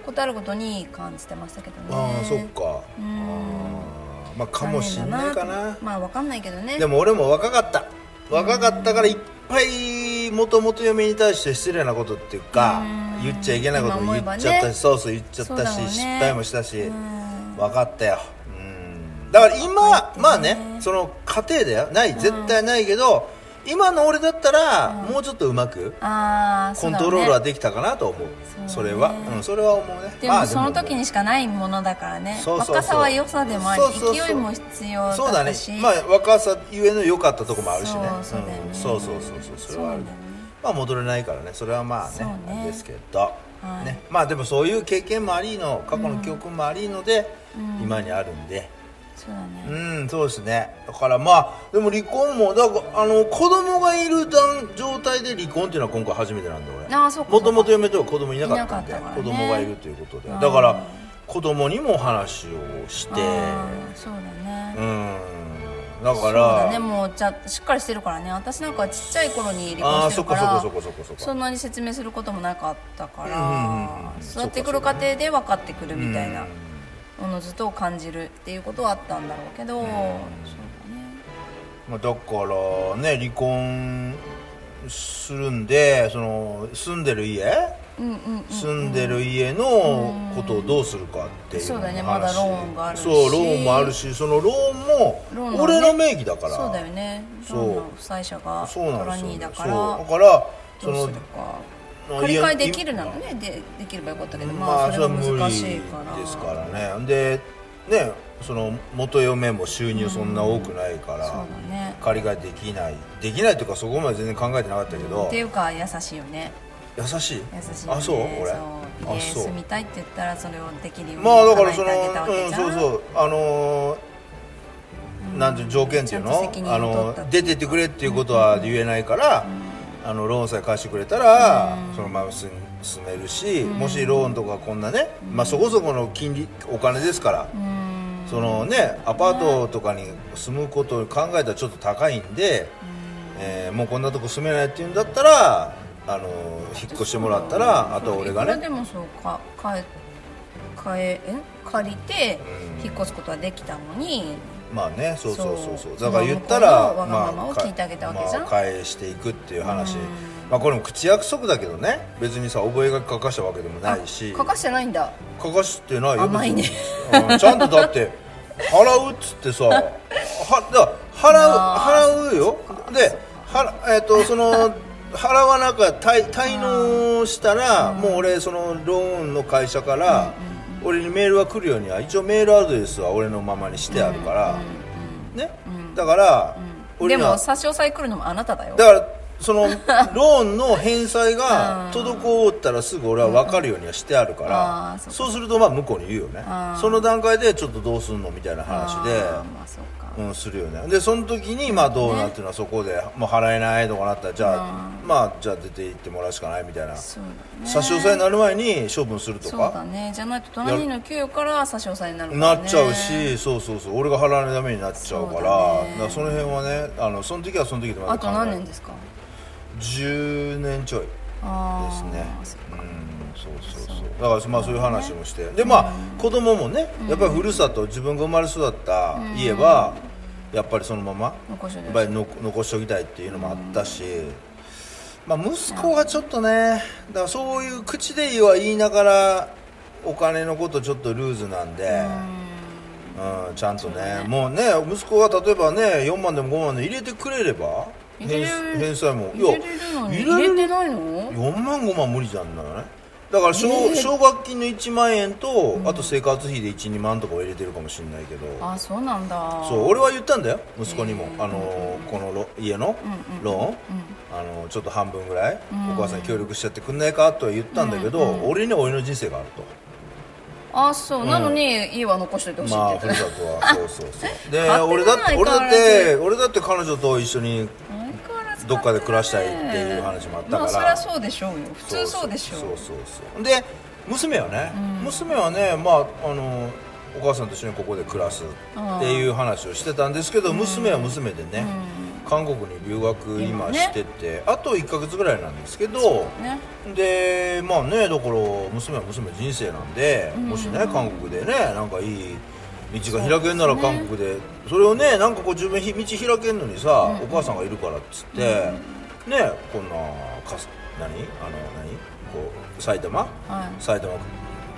[SPEAKER 2] ことあるごとに感じてましたけどね
[SPEAKER 1] ああそっか
[SPEAKER 2] うん
[SPEAKER 1] あーまあかもしんないか
[SPEAKER 2] 残念だ
[SPEAKER 1] な
[SPEAKER 2] とまあわかんないけどね
[SPEAKER 1] でも俺も若かった若かったからいっぱいもともと嫁に対して失礼なことっていうか
[SPEAKER 2] うん
[SPEAKER 1] 言っちゃいけないことも
[SPEAKER 2] 今思え
[SPEAKER 1] 言っ
[SPEAKER 2] ばね
[SPEAKER 1] ちゃったし、そうそう言っちゃっ
[SPEAKER 2] そう
[SPEAKER 1] た
[SPEAKER 2] だ
[SPEAKER 1] し、
[SPEAKER 2] ろうね
[SPEAKER 1] 失敗もしたし、
[SPEAKER 2] うん
[SPEAKER 1] 分かったようんだから今、
[SPEAKER 2] ね
[SPEAKER 1] まあねその家庭だよない絶対ないけど、今の俺だったら、もうちょっとうまく
[SPEAKER 2] ああそ
[SPEAKER 1] コ
[SPEAKER 2] う
[SPEAKER 1] ン
[SPEAKER 2] だろ
[SPEAKER 1] ト
[SPEAKER 2] うね
[SPEAKER 1] ロールはできたかなと思う
[SPEAKER 2] そうね
[SPEAKER 1] それは、うん、それは思うね
[SPEAKER 2] で
[SPEAKER 1] まあ
[SPEAKER 2] もその時にしかないものだからね、
[SPEAKER 1] そうそうそう
[SPEAKER 2] 若さは良さでもあり
[SPEAKER 1] そうそうそう
[SPEAKER 2] 勢いも必要だったし
[SPEAKER 1] そうだねまあ若さゆえの良かったとこもあるしね
[SPEAKER 2] そうそうだよね
[SPEAKER 1] んそうそうそうそうそれはある
[SPEAKER 2] そうなんだよね
[SPEAKER 1] まあ戻れないからねそれはまあ
[SPEAKER 2] そう
[SPEAKER 1] ね
[SPEAKER 2] ね
[SPEAKER 1] あれですけど、
[SPEAKER 2] はい
[SPEAKER 1] ね、まあでもそういう経験もありの過去の記憶もありので、今にあるんで
[SPEAKER 2] そうだね、
[SPEAKER 1] うんそうですねだからまあでも離婚もだからあの子供がいる段状態で離婚っていうのは今回初めてなんで俺
[SPEAKER 2] ああそうか
[SPEAKER 1] もともと嫁とは子供いなかったんで
[SPEAKER 2] いなかったからね
[SPEAKER 1] 子供がいるということで
[SPEAKER 2] あ
[SPEAKER 1] だ
[SPEAKER 2] あ
[SPEAKER 1] から子供にも話をして
[SPEAKER 2] あーそうだね、
[SPEAKER 1] うんだ
[SPEAKER 2] そ
[SPEAKER 1] か
[SPEAKER 2] うだ
[SPEAKER 1] ら
[SPEAKER 2] ねもうじゃしっかりしてるからね私なんかちっちゃい頃に離
[SPEAKER 1] ああ
[SPEAKER 2] 婚して
[SPEAKER 1] そっ
[SPEAKER 2] るか
[SPEAKER 1] かそっかそ
[SPEAKER 2] ら
[SPEAKER 1] っかそっかそっか
[SPEAKER 2] そんなに説明することもなかったか
[SPEAKER 1] うんうん
[SPEAKER 2] ら
[SPEAKER 1] うん
[SPEAKER 2] 育ってくる過程で分かってくるみたいなおのずとを感じるっていうことはあったんだろうけどそうだね
[SPEAKER 1] まあ、だからね離婚するんでその住んでる家
[SPEAKER 2] うんうん
[SPEAKER 1] 住んでる家のことをどうするかっていうの
[SPEAKER 2] そうだね
[SPEAKER 1] の話
[SPEAKER 2] まだローンがあるし
[SPEAKER 1] そうローンもあるしそのローン
[SPEAKER 2] ロー
[SPEAKER 1] も
[SPEAKER 2] ンのね
[SPEAKER 1] 俺の名義だから
[SPEAKER 2] そうだよね
[SPEAKER 1] そ
[SPEAKER 2] そううの負債者が
[SPEAKER 1] そ
[SPEAKER 2] ト
[SPEAKER 1] うなんで
[SPEAKER 2] ラ
[SPEAKER 1] す
[SPEAKER 2] ニー
[SPEAKER 1] よ
[SPEAKER 2] だ
[SPEAKER 1] そ
[SPEAKER 2] か
[SPEAKER 1] う
[SPEAKER 2] ら
[SPEAKER 1] だからそ
[SPEAKER 2] どう
[SPEAKER 1] の
[SPEAKER 2] するか
[SPEAKER 1] まあ
[SPEAKER 2] 借り換え
[SPEAKER 1] 家
[SPEAKER 2] できるなら
[SPEAKER 1] い
[SPEAKER 2] ねでできればよかったけど
[SPEAKER 1] ま
[SPEAKER 2] ま
[SPEAKER 1] あ
[SPEAKER 2] あ
[SPEAKER 1] それ
[SPEAKER 2] それ
[SPEAKER 1] は
[SPEAKER 2] は
[SPEAKER 1] 無理
[SPEAKER 2] 難
[SPEAKER 1] で
[SPEAKER 2] しいから
[SPEAKER 1] すからねでねその元嫁も収入そんな多くないか
[SPEAKER 2] そう
[SPEAKER 1] ら
[SPEAKER 2] だね
[SPEAKER 1] 借りができないできないというかそこまで全然考えてなかったけど
[SPEAKER 2] っていうか優しいよね
[SPEAKER 1] 優優しい
[SPEAKER 2] 優しい、ね、
[SPEAKER 1] あそう俺
[SPEAKER 2] そう
[SPEAKER 1] あ
[SPEAKER 2] 家
[SPEAKER 1] そう
[SPEAKER 2] 住みたいって言ったらそれをできるように
[SPEAKER 1] まあだからその、
[SPEAKER 2] 叶えてあげたわけ
[SPEAKER 1] うん、
[SPEAKER 2] じゃん
[SPEAKER 1] そうそうあのーなんていう条件っていう
[SPEAKER 2] ちゃ
[SPEAKER 1] の
[SPEAKER 2] んと責任
[SPEAKER 1] あ
[SPEAKER 2] を取
[SPEAKER 1] の
[SPEAKER 2] ったってい
[SPEAKER 1] 出
[SPEAKER 2] うか
[SPEAKER 1] てってくれっていうことは言えないから、あのローンさえ貸してくれたら、そのまま住住めるし、もしローンとかこんなね、まあ、そこそこの金利お金ですから、
[SPEAKER 2] うん
[SPEAKER 1] そのねアパートとかに住むことを考えたらちょっと高いんで、えーもうこんなとこ住めないっていうんだったら、あのー引っ越してもらったらあとは俺が
[SPEAKER 2] いくら
[SPEAKER 1] ね
[SPEAKER 2] でもそうか買え買ええ借りて
[SPEAKER 1] うん
[SPEAKER 2] 引っ越すことはできたのに、
[SPEAKER 1] まあねそうそうそうそう
[SPEAKER 2] そ
[SPEAKER 1] だ
[SPEAKER 2] う
[SPEAKER 1] から言ったら
[SPEAKER 2] まあ向こうのわがままを
[SPEAKER 1] か
[SPEAKER 2] 聞いてあげたわけじゃん
[SPEAKER 1] まあ返していくっていう話まあこれも口約束だけどね別にさ覚書書かしたわけでもないし
[SPEAKER 2] 書かしてないんだ
[SPEAKER 1] 書かしてないよ
[SPEAKER 2] 甘いね
[SPEAKER 1] 別にうんちゃんとだって払うっつってさはだ払う払うよではえっ、とその払わなかった滞滞納したらもう俺そのローンの会社から俺にメールは来るようには一応メールアドレスは俺のままにしてあるから、ね、だから、
[SPEAKER 2] で
[SPEAKER 1] 俺には
[SPEAKER 2] も差し押さえ来るのもあなただよ
[SPEAKER 1] だからそ のローンの返済が滞ったらすぐ俺は分かるようにはしてあるか
[SPEAKER 2] あ
[SPEAKER 1] ら、
[SPEAKER 2] ーそうか
[SPEAKER 1] そうするとまあ向こうに言うよね
[SPEAKER 2] あー
[SPEAKER 1] その段階でちょっとどうすんのみたいな話で、
[SPEAKER 2] あーまあそうか、
[SPEAKER 1] うん、するよねでその時にまあどうなっていうのはそこで、もう払えないとかなったらじゃあ、まあじゃあ出て行ってもらうしかないみたいな、
[SPEAKER 2] そうだね
[SPEAKER 1] 差し押さえになる前に処分すると
[SPEAKER 2] そうだ
[SPEAKER 1] か、
[SPEAKER 2] ねじゃないと隣の給与から差し押さえになるか
[SPEAKER 1] な
[SPEAKER 2] ら、ね、
[SPEAKER 1] っちゃうしそうそうそう俺が払わないためになっちゃうから
[SPEAKER 2] そう
[SPEAKER 1] だ
[SPEAKER 2] だね
[SPEAKER 1] からその辺はねあのその時はその時でま
[SPEAKER 2] あ
[SPEAKER 1] た
[SPEAKER 2] と
[SPEAKER 1] 考え
[SPEAKER 2] 何年ですか
[SPEAKER 1] 10年ちょいで
[SPEAKER 2] あ
[SPEAKER 1] す
[SPEAKER 2] あ
[SPEAKER 1] ね
[SPEAKER 2] そっ
[SPEAKER 1] うん
[SPEAKER 2] か
[SPEAKER 1] そうそうそうだからまあそういう話もしてでまあ子供もねやっぱりふるさと自分が生まれ育った家はやっぱりそのままや
[SPEAKER 2] 残しといて
[SPEAKER 1] っぱりの残しておきたいっていうのもあったしまあ息子がちょっとねだからそういう口では言いながらお金のことちょっとルーズなんでうんちゃんとねもうね息子が例えばね4万でも5万でも入れてくれれば
[SPEAKER 2] 入れ
[SPEAKER 1] 返
[SPEAKER 2] る
[SPEAKER 1] 返済もいや
[SPEAKER 2] 入れるのに
[SPEAKER 1] 入れ
[SPEAKER 2] 入
[SPEAKER 1] る
[SPEAKER 2] れてないの
[SPEAKER 1] 4万5万無理じゃんだよねだから奨,、奨学金の1万円と、あと生活費で12万とかを入れてるかもしれないけど
[SPEAKER 2] あそうなんだ
[SPEAKER 1] そう俺は言ったんだよ息子にも、あのこのロ家のローン、あのちょっと半分ぐらい、お母さんに協力しちゃってくんないかとは言ったんだけど、俺には俺の人生があると。
[SPEAKER 2] あそう、なのに家は残しといてほしい
[SPEAKER 1] まあ
[SPEAKER 2] って
[SPEAKER 1] ふ
[SPEAKER 2] 言
[SPEAKER 1] る
[SPEAKER 2] って
[SPEAKER 1] さ
[SPEAKER 2] た、
[SPEAKER 1] とはそうそうそうで
[SPEAKER 2] 勝手
[SPEAKER 1] 俺
[SPEAKER 2] だ
[SPEAKER 1] だっ
[SPEAKER 2] な
[SPEAKER 1] て俺だっ
[SPEAKER 2] 相変わら
[SPEAKER 1] て俺だって彼女と一緒に
[SPEAKER 2] 相変わらず
[SPEAKER 1] どっかで暮らしたいっていう話もあったから
[SPEAKER 2] まあそりゃそうでしょうよ普通そうでしょう
[SPEAKER 1] そうそうそうで娘はね、娘はねまああのお母さんと一緒にここで暮らすっていう話をしてたんですけど、娘は娘でね、韓国に留学今してて、あと1か月ぐらいなんですけど、
[SPEAKER 2] ね
[SPEAKER 1] でまあねだから娘は娘の人生なんで、もしね韓国でねなんかいい道が開けんなら韓国でそれをねなんかこう自分ひ道開けんのにさ、お母さんがいるからっつって、ねこんなかす何あの何こう埼玉、
[SPEAKER 2] はい
[SPEAKER 1] 埼玉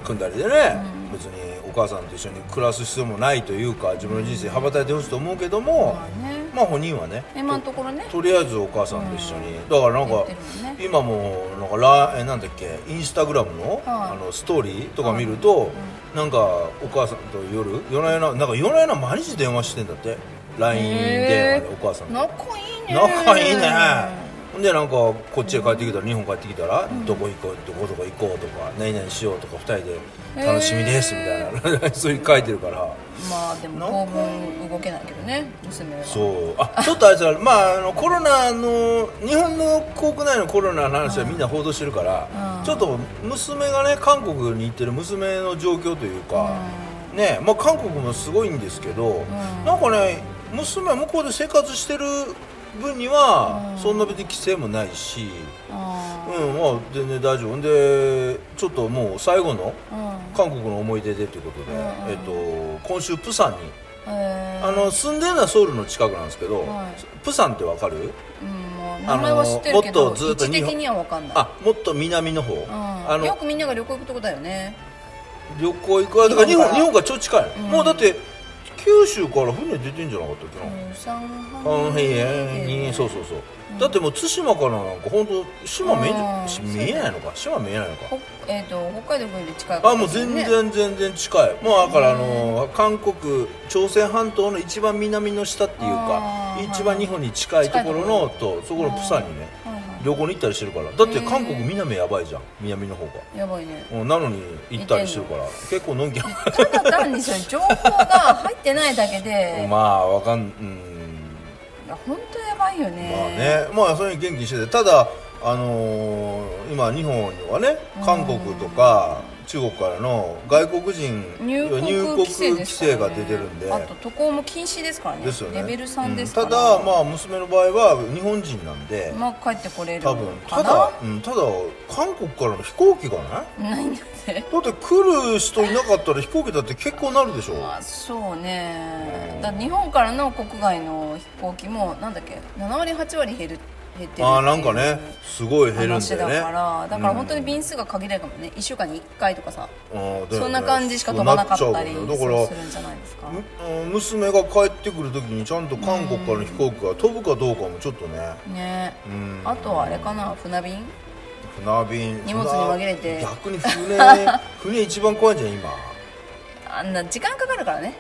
[SPEAKER 1] 組んだりでね、別にお母さんと一緒に暮らす必要もないというか自分の人生羽ばたいてほしいと思うけども、
[SPEAKER 2] まあね
[SPEAKER 1] まあ本人はね
[SPEAKER 2] 今のところね
[SPEAKER 1] とりあえずお母さんと一緒に、だからなん
[SPEAKER 2] や
[SPEAKER 1] か
[SPEAKER 2] ってるもんね
[SPEAKER 1] 今もなんかラえなんだっけインスタグラムの,、
[SPEAKER 2] はい
[SPEAKER 1] あのストーリーとか見ると、なんかお母さんと夜夜な夜ななんか夜な夜な毎日電話してんだって LINE 電話
[SPEAKER 2] へ
[SPEAKER 1] で
[SPEAKER 2] ー
[SPEAKER 1] お母さんと
[SPEAKER 2] 仲いいね
[SPEAKER 1] 仲いいねほんでなんかこっちへ帰ってきたら日本帰ってきたらどこ行こうどこどこ行こうとか何々しようとか二人で楽しみですみたいな そういう書いてるから。
[SPEAKER 2] まあでも当分動けないけどね娘は
[SPEAKER 1] そうあちょっとあいつら、まあ、あのコロナの日本の国内のコロナの話はみんな報道してるから、
[SPEAKER 2] うん
[SPEAKER 1] ちょっと娘がね韓国に行ってる娘の状況というか、ねまあ、韓国もすごいんですけど、なんかね娘は向こうで生活してる分には、そんな別に規制もないし、
[SPEAKER 2] あ
[SPEAKER 1] うんまあ、全然大丈夫でちょっともう最後の
[SPEAKER 2] ーうん
[SPEAKER 1] 韓国の思い出でということで、えっと、今週プサンに。
[SPEAKER 2] えー
[SPEAKER 1] あの住んでるのはソウルの近くなんですけど、
[SPEAKER 2] はい
[SPEAKER 1] プサンってわかる
[SPEAKER 2] うんもう名前は知ってるけ
[SPEAKER 1] あの
[SPEAKER 2] ど
[SPEAKER 1] もっと
[SPEAKER 2] 位
[SPEAKER 1] ずっと
[SPEAKER 2] 置
[SPEAKER 1] 日本
[SPEAKER 2] 的には分かんない
[SPEAKER 1] あもっと南の方、
[SPEAKER 2] うん
[SPEAKER 1] あ
[SPEAKER 2] よ
[SPEAKER 1] の
[SPEAKER 2] くみんなが旅行行くとこだよね
[SPEAKER 1] 旅行行くだから日
[SPEAKER 2] 日本
[SPEAKER 1] 本
[SPEAKER 2] から
[SPEAKER 1] 日本が超近い、もうだって九州から船出てんじゃなかったっけな、
[SPEAKER 2] うん上
[SPEAKER 1] あ
[SPEAKER 2] 海
[SPEAKER 1] いやいやそうそうそう、だってもう対馬からなんか本当島見え
[SPEAKER 2] うん
[SPEAKER 1] じ見えないのか島見えないのか
[SPEAKER 2] ほえっ、と北海道より近い
[SPEAKER 1] あもう全
[SPEAKER 2] ね
[SPEAKER 1] 然全然近いもうだからあのー韓国朝鮮半島の一番南の下っていうか
[SPEAKER 2] あー
[SPEAKER 1] 一番日本に近いところのとそこのプサンにね
[SPEAKER 2] はいはい
[SPEAKER 1] 旅行に行ったりしてるからだって韓国南やばいじゃん南の方が
[SPEAKER 2] やばいね
[SPEAKER 1] うんなのに行ったりしてるから結構のんきな
[SPEAKER 2] ただ単にそれ 情報が入ってないだけで
[SPEAKER 1] まあわかんうん
[SPEAKER 2] いや本当やばいよね
[SPEAKER 1] まあねまあそういう元気にしててただあのー今日本にはね韓国とか中国からの外国人
[SPEAKER 2] 入国規制
[SPEAKER 1] 入国規
[SPEAKER 2] ですから、ね、
[SPEAKER 1] 制が出てるんで
[SPEAKER 2] あと渡航も禁止ですからね
[SPEAKER 1] ですよね
[SPEAKER 2] レベル3です
[SPEAKER 1] う
[SPEAKER 2] から、
[SPEAKER 1] んただまあ娘の場合は日本人なんで、
[SPEAKER 2] まあ帰ってこれる
[SPEAKER 1] 多分
[SPEAKER 2] か
[SPEAKER 1] た
[SPEAKER 2] な
[SPEAKER 1] だ、うん、ただ韓国からの飛行機がね
[SPEAKER 2] ないんだって
[SPEAKER 1] だって来る人いなかったら飛行機だって結構なるでしょ
[SPEAKER 2] まあそうねだから日本からの国外の飛行機もなんだっけ7割8割減る減ってる
[SPEAKER 1] ああなんかねすごい減るんだ
[SPEAKER 2] 話
[SPEAKER 1] よ
[SPEAKER 2] だ
[SPEAKER 1] ね
[SPEAKER 2] からだから本当に
[SPEAKER 1] ン
[SPEAKER 2] 便数が限られるかもね1週間に1回とかさ
[SPEAKER 1] そ
[SPEAKER 2] そんな感じしか飛ばなかったりす
[SPEAKER 1] だか
[SPEAKER 2] る
[SPEAKER 1] ら
[SPEAKER 2] んじゃないですか
[SPEAKER 1] むうん娘が帰ってくる時にちゃんと韓国からの飛行機が飛ぶかどうかもちょっとね
[SPEAKER 2] ね
[SPEAKER 1] うん
[SPEAKER 2] あとはあれかな船便
[SPEAKER 1] 船便
[SPEAKER 2] 荷物に紛れて
[SPEAKER 1] 船逆に船 船一番怖いんじゃん今
[SPEAKER 2] あんな時間かかるからね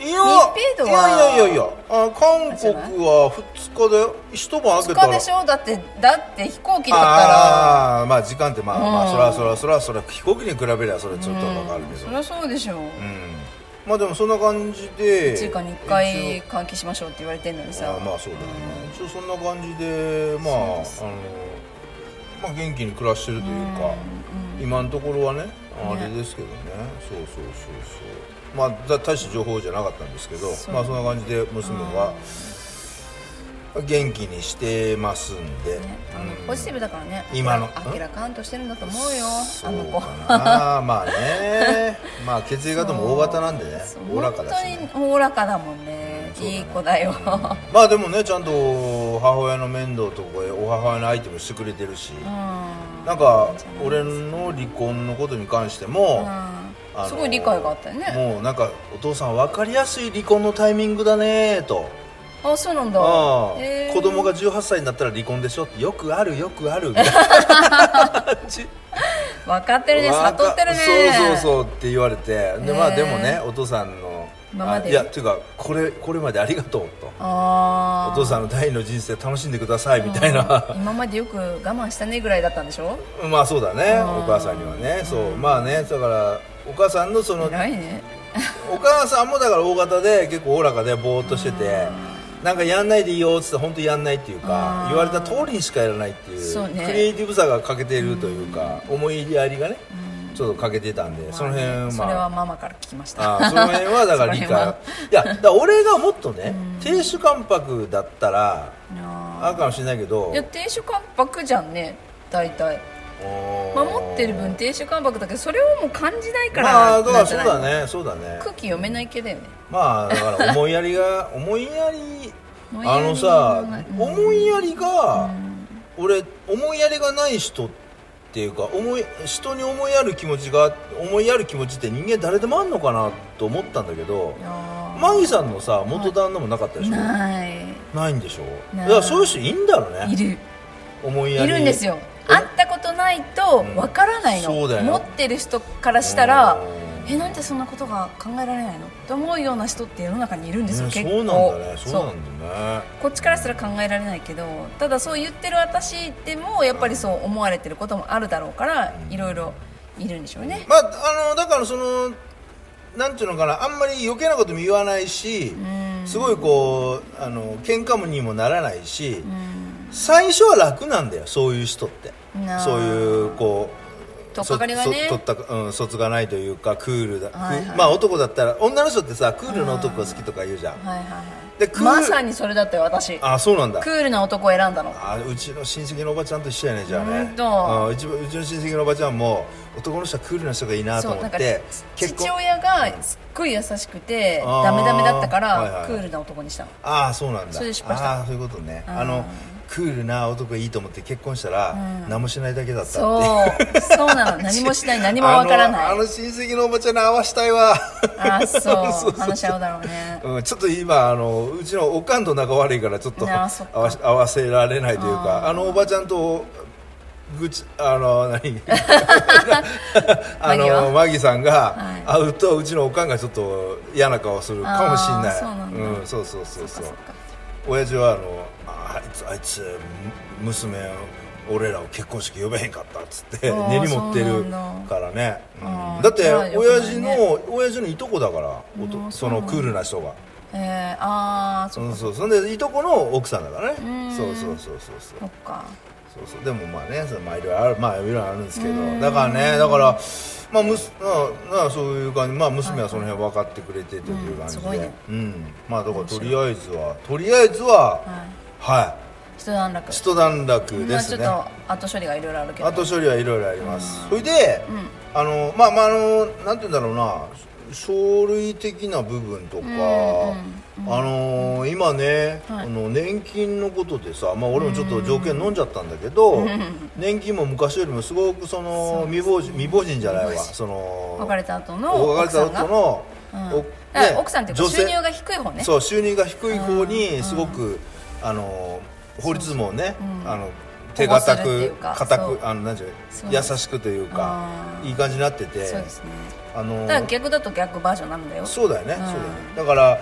[SPEAKER 1] いやい
[SPEAKER 2] 密閉度は
[SPEAKER 1] やいやいやいやあ韓国は2日で一晩開け
[SPEAKER 2] 2
[SPEAKER 1] た
[SPEAKER 2] 日
[SPEAKER 1] ら
[SPEAKER 2] でしょだってだって飛行機だったら
[SPEAKER 1] ああまあ時間ってまあ、ま
[SPEAKER 2] う
[SPEAKER 1] あ
[SPEAKER 2] ん
[SPEAKER 1] そらそらそらそら飛行機に比べりゃそれずっとかかるけど
[SPEAKER 2] そうり
[SPEAKER 1] ん
[SPEAKER 2] ゃそうでしょ
[SPEAKER 1] まあでもそんな感じで
[SPEAKER 2] 1週間に1回換気しましょうって言われてんのに
[SPEAKER 1] 一応あ
[SPEAKER 2] さ
[SPEAKER 1] ーまあそうだよね一応そんな感じでまああのまあ元気に暮らしてるというか今のところはねあれですけどねそうそうそうそうまあだ大した情報じゃなかったんですけど
[SPEAKER 2] そう
[SPEAKER 1] まあそんな感じで娘は元気にしてますんで、
[SPEAKER 2] ねあのポジティブだからね
[SPEAKER 1] 今の
[SPEAKER 2] 明らかんとしてるんだと思うよ
[SPEAKER 1] そ
[SPEAKER 2] あ
[SPEAKER 1] う
[SPEAKER 2] の
[SPEAKER 1] か
[SPEAKER 2] 子
[SPEAKER 1] な まあねまあ血液型も大型なんでね
[SPEAKER 2] そう
[SPEAKER 1] おおらかだし、
[SPEAKER 2] 本
[SPEAKER 1] ね、
[SPEAKER 2] 当におおらかだもんね
[SPEAKER 1] そうだね
[SPEAKER 2] いい子だよ
[SPEAKER 1] まあでもねちゃんと母親の面倒とかお母親のアイテムしてくれてるし、
[SPEAKER 2] うん
[SPEAKER 1] なんか俺の離婚のことに関しても、あ
[SPEAKER 2] う
[SPEAKER 1] の
[SPEAKER 2] んすごい理解があったよね
[SPEAKER 1] もうなんかお父さん分かりやすい離婚のタイミングだねと、
[SPEAKER 2] あそうなんだ
[SPEAKER 1] ああ
[SPEAKER 2] へえ
[SPEAKER 1] 子供が18歳になったら離婚でしょってよくあ るよくあるみたいな
[SPEAKER 2] 分かってるね悟ってるね
[SPEAKER 1] そうそうそうって言われてでまあ
[SPEAKER 2] ねえ
[SPEAKER 1] でもねお父さんの
[SPEAKER 2] 今まで
[SPEAKER 1] あいやっていうかこれこれまでありがとうと
[SPEAKER 2] あ
[SPEAKER 1] お
[SPEAKER 2] あ
[SPEAKER 1] 父さんの第二の人生楽しんでくださいみたいな
[SPEAKER 2] 今までよく我慢したねぐらいだったんでしょ
[SPEAKER 1] まあそうだね
[SPEAKER 2] うん
[SPEAKER 1] お母さんにはねそうまあねだからお母さんのその
[SPEAKER 2] 偉いね
[SPEAKER 1] お母さんもだから大型で結構おおらかでぼーっとしててなんかやんないでいいよっつって本当やんないっていうか
[SPEAKER 2] うん
[SPEAKER 1] 言われた通りにしかやらないってい
[SPEAKER 2] そううね
[SPEAKER 1] クリエイティブさが欠けているというか思いやりがねちょっと欠けてたんでその辺
[SPEAKER 2] まあねそれはママから聞きました
[SPEAKER 1] ああその辺はだから理解
[SPEAKER 2] その辺はい
[SPEAKER 1] やだから俺がもっとね亭主関白だったら
[SPEAKER 2] あ
[SPEAKER 1] あるかもしれないけ
[SPEAKER 2] ー
[SPEAKER 1] ど
[SPEAKER 2] いや亭主関白じゃんね大体
[SPEAKER 1] おー
[SPEAKER 2] 守ってる分亭主関白だけどそれをもう感じないから
[SPEAKER 1] まあだか
[SPEAKER 2] な
[SPEAKER 1] ら
[SPEAKER 2] んじ
[SPEAKER 1] そ
[SPEAKER 2] ゃ
[SPEAKER 1] う
[SPEAKER 2] ない
[SPEAKER 1] だねそうだね
[SPEAKER 2] 空気読めない系だよね
[SPEAKER 1] まあだから思いやりが思いやり
[SPEAKER 2] 思いや
[SPEAKER 1] あ
[SPEAKER 2] りが
[SPEAKER 1] のさ
[SPEAKER 2] うん
[SPEAKER 1] 思いやりが俺思いやりがない人っていうか思い人に思いやる気持ちが思いやる気持ちって人間誰でもあんのかなと思ったんだけど
[SPEAKER 2] いやー
[SPEAKER 1] マギさんのさ元旦那もなかったでしょ
[SPEAKER 2] ない
[SPEAKER 1] ないんでしょ
[SPEAKER 2] ない
[SPEAKER 1] だからそういう人いいんだろう
[SPEAKER 2] い
[SPEAKER 1] ね
[SPEAKER 2] る
[SPEAKER 1] 思いや
[SPEAKER 2] い
[SPEAKER 1] り
[SPEAKER 2] るんですよ会ったことないとわからないの、
[SPEAKER 1] うんそうだよ
[SPEAKER 2] 持ってる人からしたら
[SPEAKER 1] うん
[SPEAKER 2] えなんでそんなことが考えられないのと思うような人って世の中にいるん
[SPEAKER 1] ね
[SPEAKER 2] ですよ、結構
[SPEAKER 1] そうなんだねそう
[SPEAKER 2] そう
[SPEAKER 1] なんだね
[SPEAKER 2] こっちからしたら考えられないけどただそう言ってる私でもやっぱりそう思われてることもあるだろうからいろいろいるんでしょうね
[SPEAKER 1] まああのだからそのなんていうのかなあんまり余計なことも言わないしすごいこうあの喧嘩もにもならないし最初は楽なんだよそういう人って
[SPEAKER 2] なあ
[SPEAKER 1] そういうこう
[SPEAKER 2] とっかかりはね
[SPEAKER 1] そそ取ったうん、卒がないというかクールだ、
[SPEAKER 2] はいはい
[SPEAKER 1] くまあ男だったら女の人ってさクールの男が好きとか言うじゃん
[SPEAKER 2] はいはいは
[SPEAKER 1] でクール
[SPEAKER 2] いまさにそれだったよ私
[SPEAKER 1] あそうなんだ
[SPEAKER 2] クールな男を選んだの
[SPEAKER 1] あうちの親戚のおばちゃんと一緒やねじゃあ
[SPEAKER 2] ほ
[SPEAKER 1] ね
[SPEAKER 2] んと
[SPEAKER 1] うんうちうちの親戚のおばちゃんも男の人はクールな人がいいなと
[SPEAKER 2] そう
[SPEAKER 1] 思
[SPEAKER 2] な
[SPEAKER 1] っ
[SPEAKER 2] んか
[SPEAKER 1] て
[SPEAKER 2] 父親がすっごい優しくて
[SPEAKER 1] あー
[SPEAKER 2] ダメダメだったか
[SPEAKER 1] はいは
[SPEAKER 2] ら
[SPEAKER 1] い
[SPEAKER 2] クールな男にしたの
[SPEAKER 1] ああそうなんだ
[SPEAKER 2] それで失敗した
[SPEAKER 1] ああそういうことね
[SPEAKER 2] ん
[SPEAKER 1] あのクールな男がいいと思って結婚したら、何もしないだけだったっていう
[SPEAKER 2] そうそうなの何もしない何もわからない
[SPEAKER 1] あのあの親戚のおばちゃんに会わしたい わ
[SPEAKER 2] あ ー
[SPEAKER 1] そ
[SPEAKER 2] そう
[SPEAKER 1] そう
[SPEAKER 2] う
[SPEAKER 1] そう
[SPEAKER 2] 話し合うだろうね
[SPEAKER 1] うん、ちょっと今あのうちのおかんと仲悪いからちょっと
[SPEAKER 2] なあそっか
[SPEAKER 1] 合わし合わせられないというかあのおばちゃんとぐちあの何 あ
[SPEAKER 2] マギは
[SPEAKER 1] のマギさん
[SPEAKER 2] は
[SPEAKER 1] が
[SPEAKER 2] い
[SPEAKER 1] 会うとうちのおかんがちょっと嫌な顔するかもしれない
[SPEAKER 2] あーそうなんだ
[SPEAKER 1] ん、そうそうそうそう
[SPEAKER 2] そっかそっか
[SPEAKER 1] 親父はあのああいつあいつむ娘を俺らを結婚式呼べへんかったっつって
[SPEAKER 2] あー
[SPEAKER 1] 根に持って
[SPEAKER 2] そう
[SPEAKER 1] る
[SPEAKER 2] なんだ
[SPEAKER 1] からね、うん
[SPEAKER 2] あー
[SPEAKER 1] だって
[SPEAKER 2] じゃあ良くない
[SPEAKER 1] 親
[SPEAKER 2] ね
[SPEAKER 1] 父の親父のいとこだからお
[SPEAKER 2] あー
[SPEAKER 1] と
[SPEAKER 2] そ
[SPEAKER 1] そう
[SPEAKER 2] なん
[SPEAKER 1] の
[SPEAKER 2] だ
[SPEAKER 1] クールな人が
[SPEAKER 2] えー、ああそ
[SPEAKER 1] そ
[SPEAKER 2] っ
[SPEAKER 1] う
[SPEAKER 2] か
[SPEAKER 1] そうそんでいとこの奥さんだから
[SPEAKER 2] うん
[SPEAKER 1] ねそうそうそうそうそう
[SPEAKER 2] そっか
[SPEAKER 1] そうそうでもまあねそのまあいろいろあるまあいろいろあるんですけど
[SPEAKER 2] うん
[SPEAKER 1] だからねだからまあむすまあまあそういう感じまあ娘はその辺分かってくれてという感じ
[SPEAKER 2] うんすごい
[SPEAKER 1] で
[SPEAKER 2] ね
[SPEAKER 1] うんまあだから
[SPEAKER 2] 面白
[SPEAKER 1] と
[SPEAKER 2] い
[SPEAKER 1] りあえずはとりあえずは
[SPEAKER 2] はい
[SPEAKER 1] は
[SPEAKER 2] 一段落
[SPEAKER 1] い一段落
[SPEAKER 2] ま
[SPEAKER 1] で
[SPEAKER 2] あちょ
[SPEAKER 1] す
[SPEAKER 2] っ
[SPEAKER 1] ね
[SPEAKER 2] と後処理がいろいろあるけど
[SPEAKER 1] 後処理はいろいろありますそれであのまあまああのなんて言うんだろうな書類的な部分とかあの今ね
[SPEAKER 2] は
[SPEAKER 1] あ
[SPEAKER 2] い
[SPEAKER 1] の年金のことでさまあ俺もちょっと条件飲んじゃったんだけど年金も昔よりもすごくその未亡人未亡人じゃないわその
[SPEAKER 2] 別れた後の
[SPEAKER 1] お別れた後の
[SPEAKER 2] 奥さんが、
[SPEAKER 1] お
[SPEAKER 2] うんだから
[SPEAKER 1] ね
[SPEAKER 2] 奥さんっていうか
[SPEAKER 1] 女
[SPEAKER 2] 収
[SPEAKER 1] 性
[SPEAKER 2] 入が低い方ね
[SPEAKER 1] そう収入が低い方にすごく、あの法律もね、あの手堅
[SPEAKER 2] 保護するっていう
[SPEAKER 1] く
[SPEAKER 2] か
[SPEAKER 1] 固
[SPEAKER 2] そう
[SPEAKER 1] くあのなんていうの
[SPEAKER 2] そう
[SPEAKER 1] 優しくというか
[SPEAKER 2] あー
[SPEAKER 1] いい感じになってて
[SPEAKER 2] そうですね
[SPEAKER 1] あの
[SPEAKER 2] だから逆だと逆バージョンなんだよ
[SPEAKER 1] そうだよね、
[SPEAKER 2] うん
[SPEAKER 1] そうだよねだから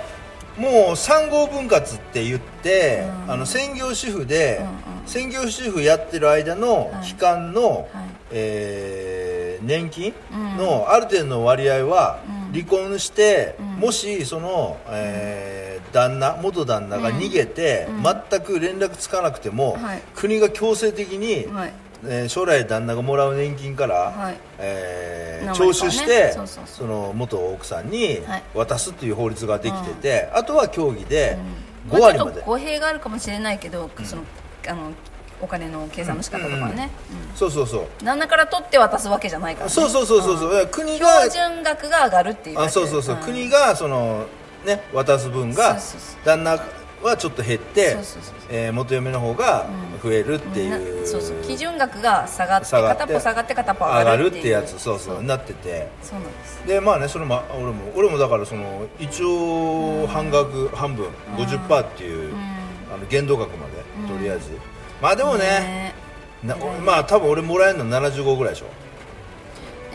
[SPEAKER 1] もう産後分割って言って、
[SPEAKER 2] うん
[SPEAKER 1] あの専業主婦で、
[SPEAKER 2] うんう
[SPEAKER 1] 専業主婦やってる間の
[SPEAKER 2] はい
[SPEAKER 1] 期間の、
[SPEAKER 2] はい
[SPEAKER 1] えー年金
[SPEAKER 2] うん
[SPEAKER 1] のある程度の割合は
[SPEAKER 2] うん
[SPEAKER 1] 離婚して、
[SPEAKER 2] うん
[SPEAKER 1] もしその、えー旦那元旦那が逃げて、
[SPEAKER 2] うん
[SPEAKER 1] 全く連絡つかなくても、
[SPEAKER 2] はい
[SPEAKER 1] 国が強制的に、
[SPEAKER 2] はい
[SPEAKER 1] えー将来旦那がもらう年金から、
[SPEAKER 2] はい
[SPEAKER 1] えー
[SPEAKER 2] 何
[SPEAKER 1] 徴
[SPEAKER 2] 割かをね
[SPEAKER 1] 収して
[SPEAKER 2] そうそうそ
[SPEAKER 1] そ
[SPEAKER 2] う
[SPEAKER 1] の元奥さんに
[SPEAKER 2] はい
[SPEAKER 1] 渡すっていう法律ができてて、あとは協議で
[SPEAKER 2] うん
[SPEAKER 1] 5割ま
[SPEAKER 2] ちょ
[SPEAKER 1] で
[SPEAKER 2] っと、語弊があるかもしれないけど、そのあのお金の計算の仕方とかはね、うん
[SPEAKER 1] そうそうそう
[SPEAKER 2] 旦那から取って渡すわけじゃないから、ね、
[SPEAKER 1] そうそうそうそうそういや国が
[SPEAKER 2] 標準額が上がるっていうだけ
[SPEAKER 1] あそうそうそう、
[SPEAKER 2] ん
[SPEAKER 1] 国がそのね渡す分が
[SPEAKER 2] そうそうそ
[SPEAKER 1] 旦那はちょっと減って
[SPEAKER 2] そうそうそう
[SPEAKER 1] えー元嫁の方が増えるっていう、
[SPEAKER 2] なそうそう基準額が下がって
[SPEAKER 1] 下がって
[SPEAKER 2] 片っぽ下がって片っぽ
[SPEAKER 1] 上
[SPEAKER 2] 上
[SPEAKER 1] が
[SPEAKER 2] が
[SPEAKER 1] る
[SPEAKER 2] る
[SPEAKER 1] ってやつそうそう
[SPEAKER 2] そう
[SPEAKER 1] なってて
[SPEAKER 2] そうなんです
[SPEAKER 1] でまあねそれも俺も俺もだからその一応半額、半分50%っていう、あの限度額まで、とりあえずまあでもね
[SPEAKER 2] ね
[SPEAKER 1] なまあ多分俺もらえるの75ぐらいでしょ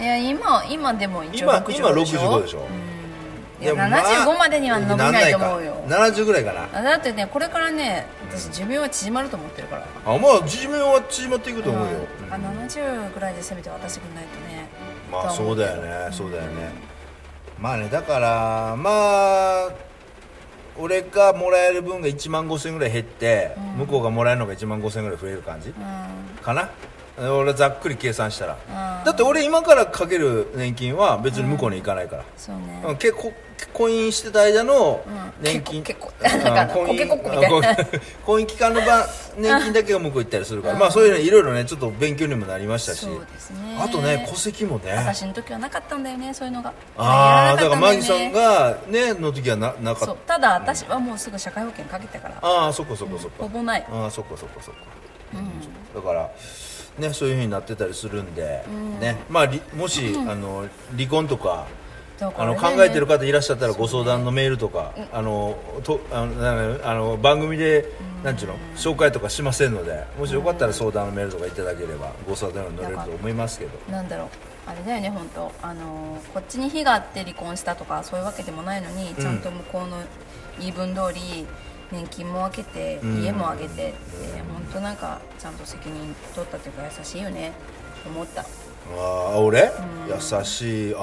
[SPEAKER 2] いや今今でも一応
[SPEAKER 1] 今
[SPEAKER 2] 65
[SPEAKER 1] 今
[SPEAKER 2] でしょ
[SPEAKER 1] 65でしょ
[SPEAKER 2] うんいや75までには伸びないと思うよ
[SPEAKER 1] なんないか70ぐらいかな
[SPEAKER 2] あだってねこれからね私寿命は縮まると思ってるから
[SPEAKER 1] あまあ寿命は縮まっていくと思うよ、
[SPEAKER 2] うんあ70ぐらいでせめて渡してくんないとね
[SPEAKER 1] まあ
[SPEAKER 2] とは
[SPEAKER 1] そ
[SPEAKER 2] 思
[SPEAKER 1] うう
[SPEAKER 2] けど
[SPEAKER 1] だよねそうだよねまあねだからまあ俺がもらえる分が1万5000円ぐらい減って、向こうがもらえるのが1万5000円ぐらい増える感じ
[SPEAKER 2] うん
[SPEAKER 1] かな俺ざっくり計算したら
[SPEAKER 2] うん
[SPEAKER 1] だって俺今からかける年金は別に向こうに行かないから、
[SPEAKER 2] そうね
[SPEAKER 1] うん、結婚婚姻してた間の
[SPEAKER 2] うん
[SPEAKER 1] 年金、
[SPEAKER 2] 結婚結婚なんか
[SPEAKER 1] うん
[SPEAKER 2] コケコッコみたいな
[SPEAKER 1] うん婚姻期間のば年金だけが向こう行ったりするから、まあそういうのいろいろねちょっと勉強にもなりましたし、
[SPEAKER 2] そうですね
[SPEAKER 1] あとね戸籍もね
[SPEAKER 2] 私の時はなかったんだよねそういうのが
[SPEAKER 1] ああだ
[SPEAKER 2] や
[SPEAKER 1] から
[SPEAKER 2] な
[SPEAKER 1] マ
[SPEAKER 2] っ
[SPEAKER 1] ギ
[SPEAKER 2] た
[SPEAKER 1] さ
[SPEAKER 2] だよ
[SPEAKER 1] ん
[SPEAKER 2] ね
[SPEAKER 1] がねの時はななかっ
[SPEAKER 2] そ
[SPEAKER 1] た
[SPEAKER 2] うただ私はもうすぐ社会保険かけてから
[SPEAKER 1] ああそこそこそこ、
[SPEAKER 2] ほぼない
[SPEAKER 1] ああそっかそっかそっか、だからねそういうふうになってたりするんで、ねまありもし、あの離婚とか
[SPEAKER 2] だか
[SPEAKER 1] あの
[SPEAKER 2] らね
[SPEAKER 1] 考えてる方いらっしゃったらご相談のメールとか、あのとあのなあの番組で、なんちゅうの紹介とかしませんのでもしよかったら相談のメールとかいただければご相談に乗れると思いますけど
[SPEAKER 2] なんだろうあれだよね本当あのーこっちに非があって離婚したとかそういうわけでもないのに、ちゃんと向こうの言い分通り年金も分けて、
[SPEAKER 1] ん
[SPEAKER 2] 家もあげてって、本当なんかちゃんと責任取ったというか優しいよねと思った
[SPEAKER 1] ああ俺、優しいあ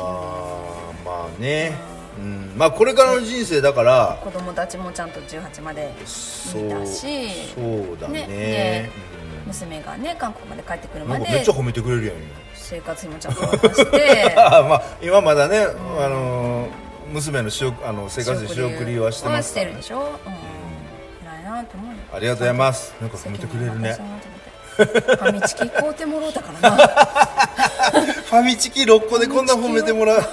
[SPEAKER 1] あまあね、うん、まあこれからの人生だから、
[SPEAKER 2] 子供たちもちゃんと18まで
[SPEAKER 1] そ
[SPEAKER 2] 見
[SPEAKER 1] う
[SPEAKER 2] たし
[SPEAKER 1] そうだね
[SPEAKER 2] ね
[SPEAKER 1] うん
[SPEAKER 2] 娘がね韓国まで帰ってくる
[SPEAKER 1] な
[SPEAKER 2] ま
[SPEAKER 1] んかめっ
[SPEAKER 2] で
[SPEAKER 1] ちゃ褒めてくれるやん今
[SPEAKER 2] 生活費もちゃんと渡して
[SPEAKER 1] あまあ今まだね、あのー娘の仕送あの生活費 仕送りはしてます
[SPEAKER 2] は
[SPEAKER 1] か
[SPEAKER 2] して
[SPEAKER 1] ら
[SPEAKER 2] る
[SPEAKER 1] ね
[SPEAKER 2] でしょ、うん、偉いなと思うよ
[SPEAKER 1] ありがとうございますなんか褒めてくれるね
[SPEAKER 2] 責任は私だと思ってファミチキ買うてもろうたからな
[SPEAKER 1] ファミチキ6個でこんな褒めても らう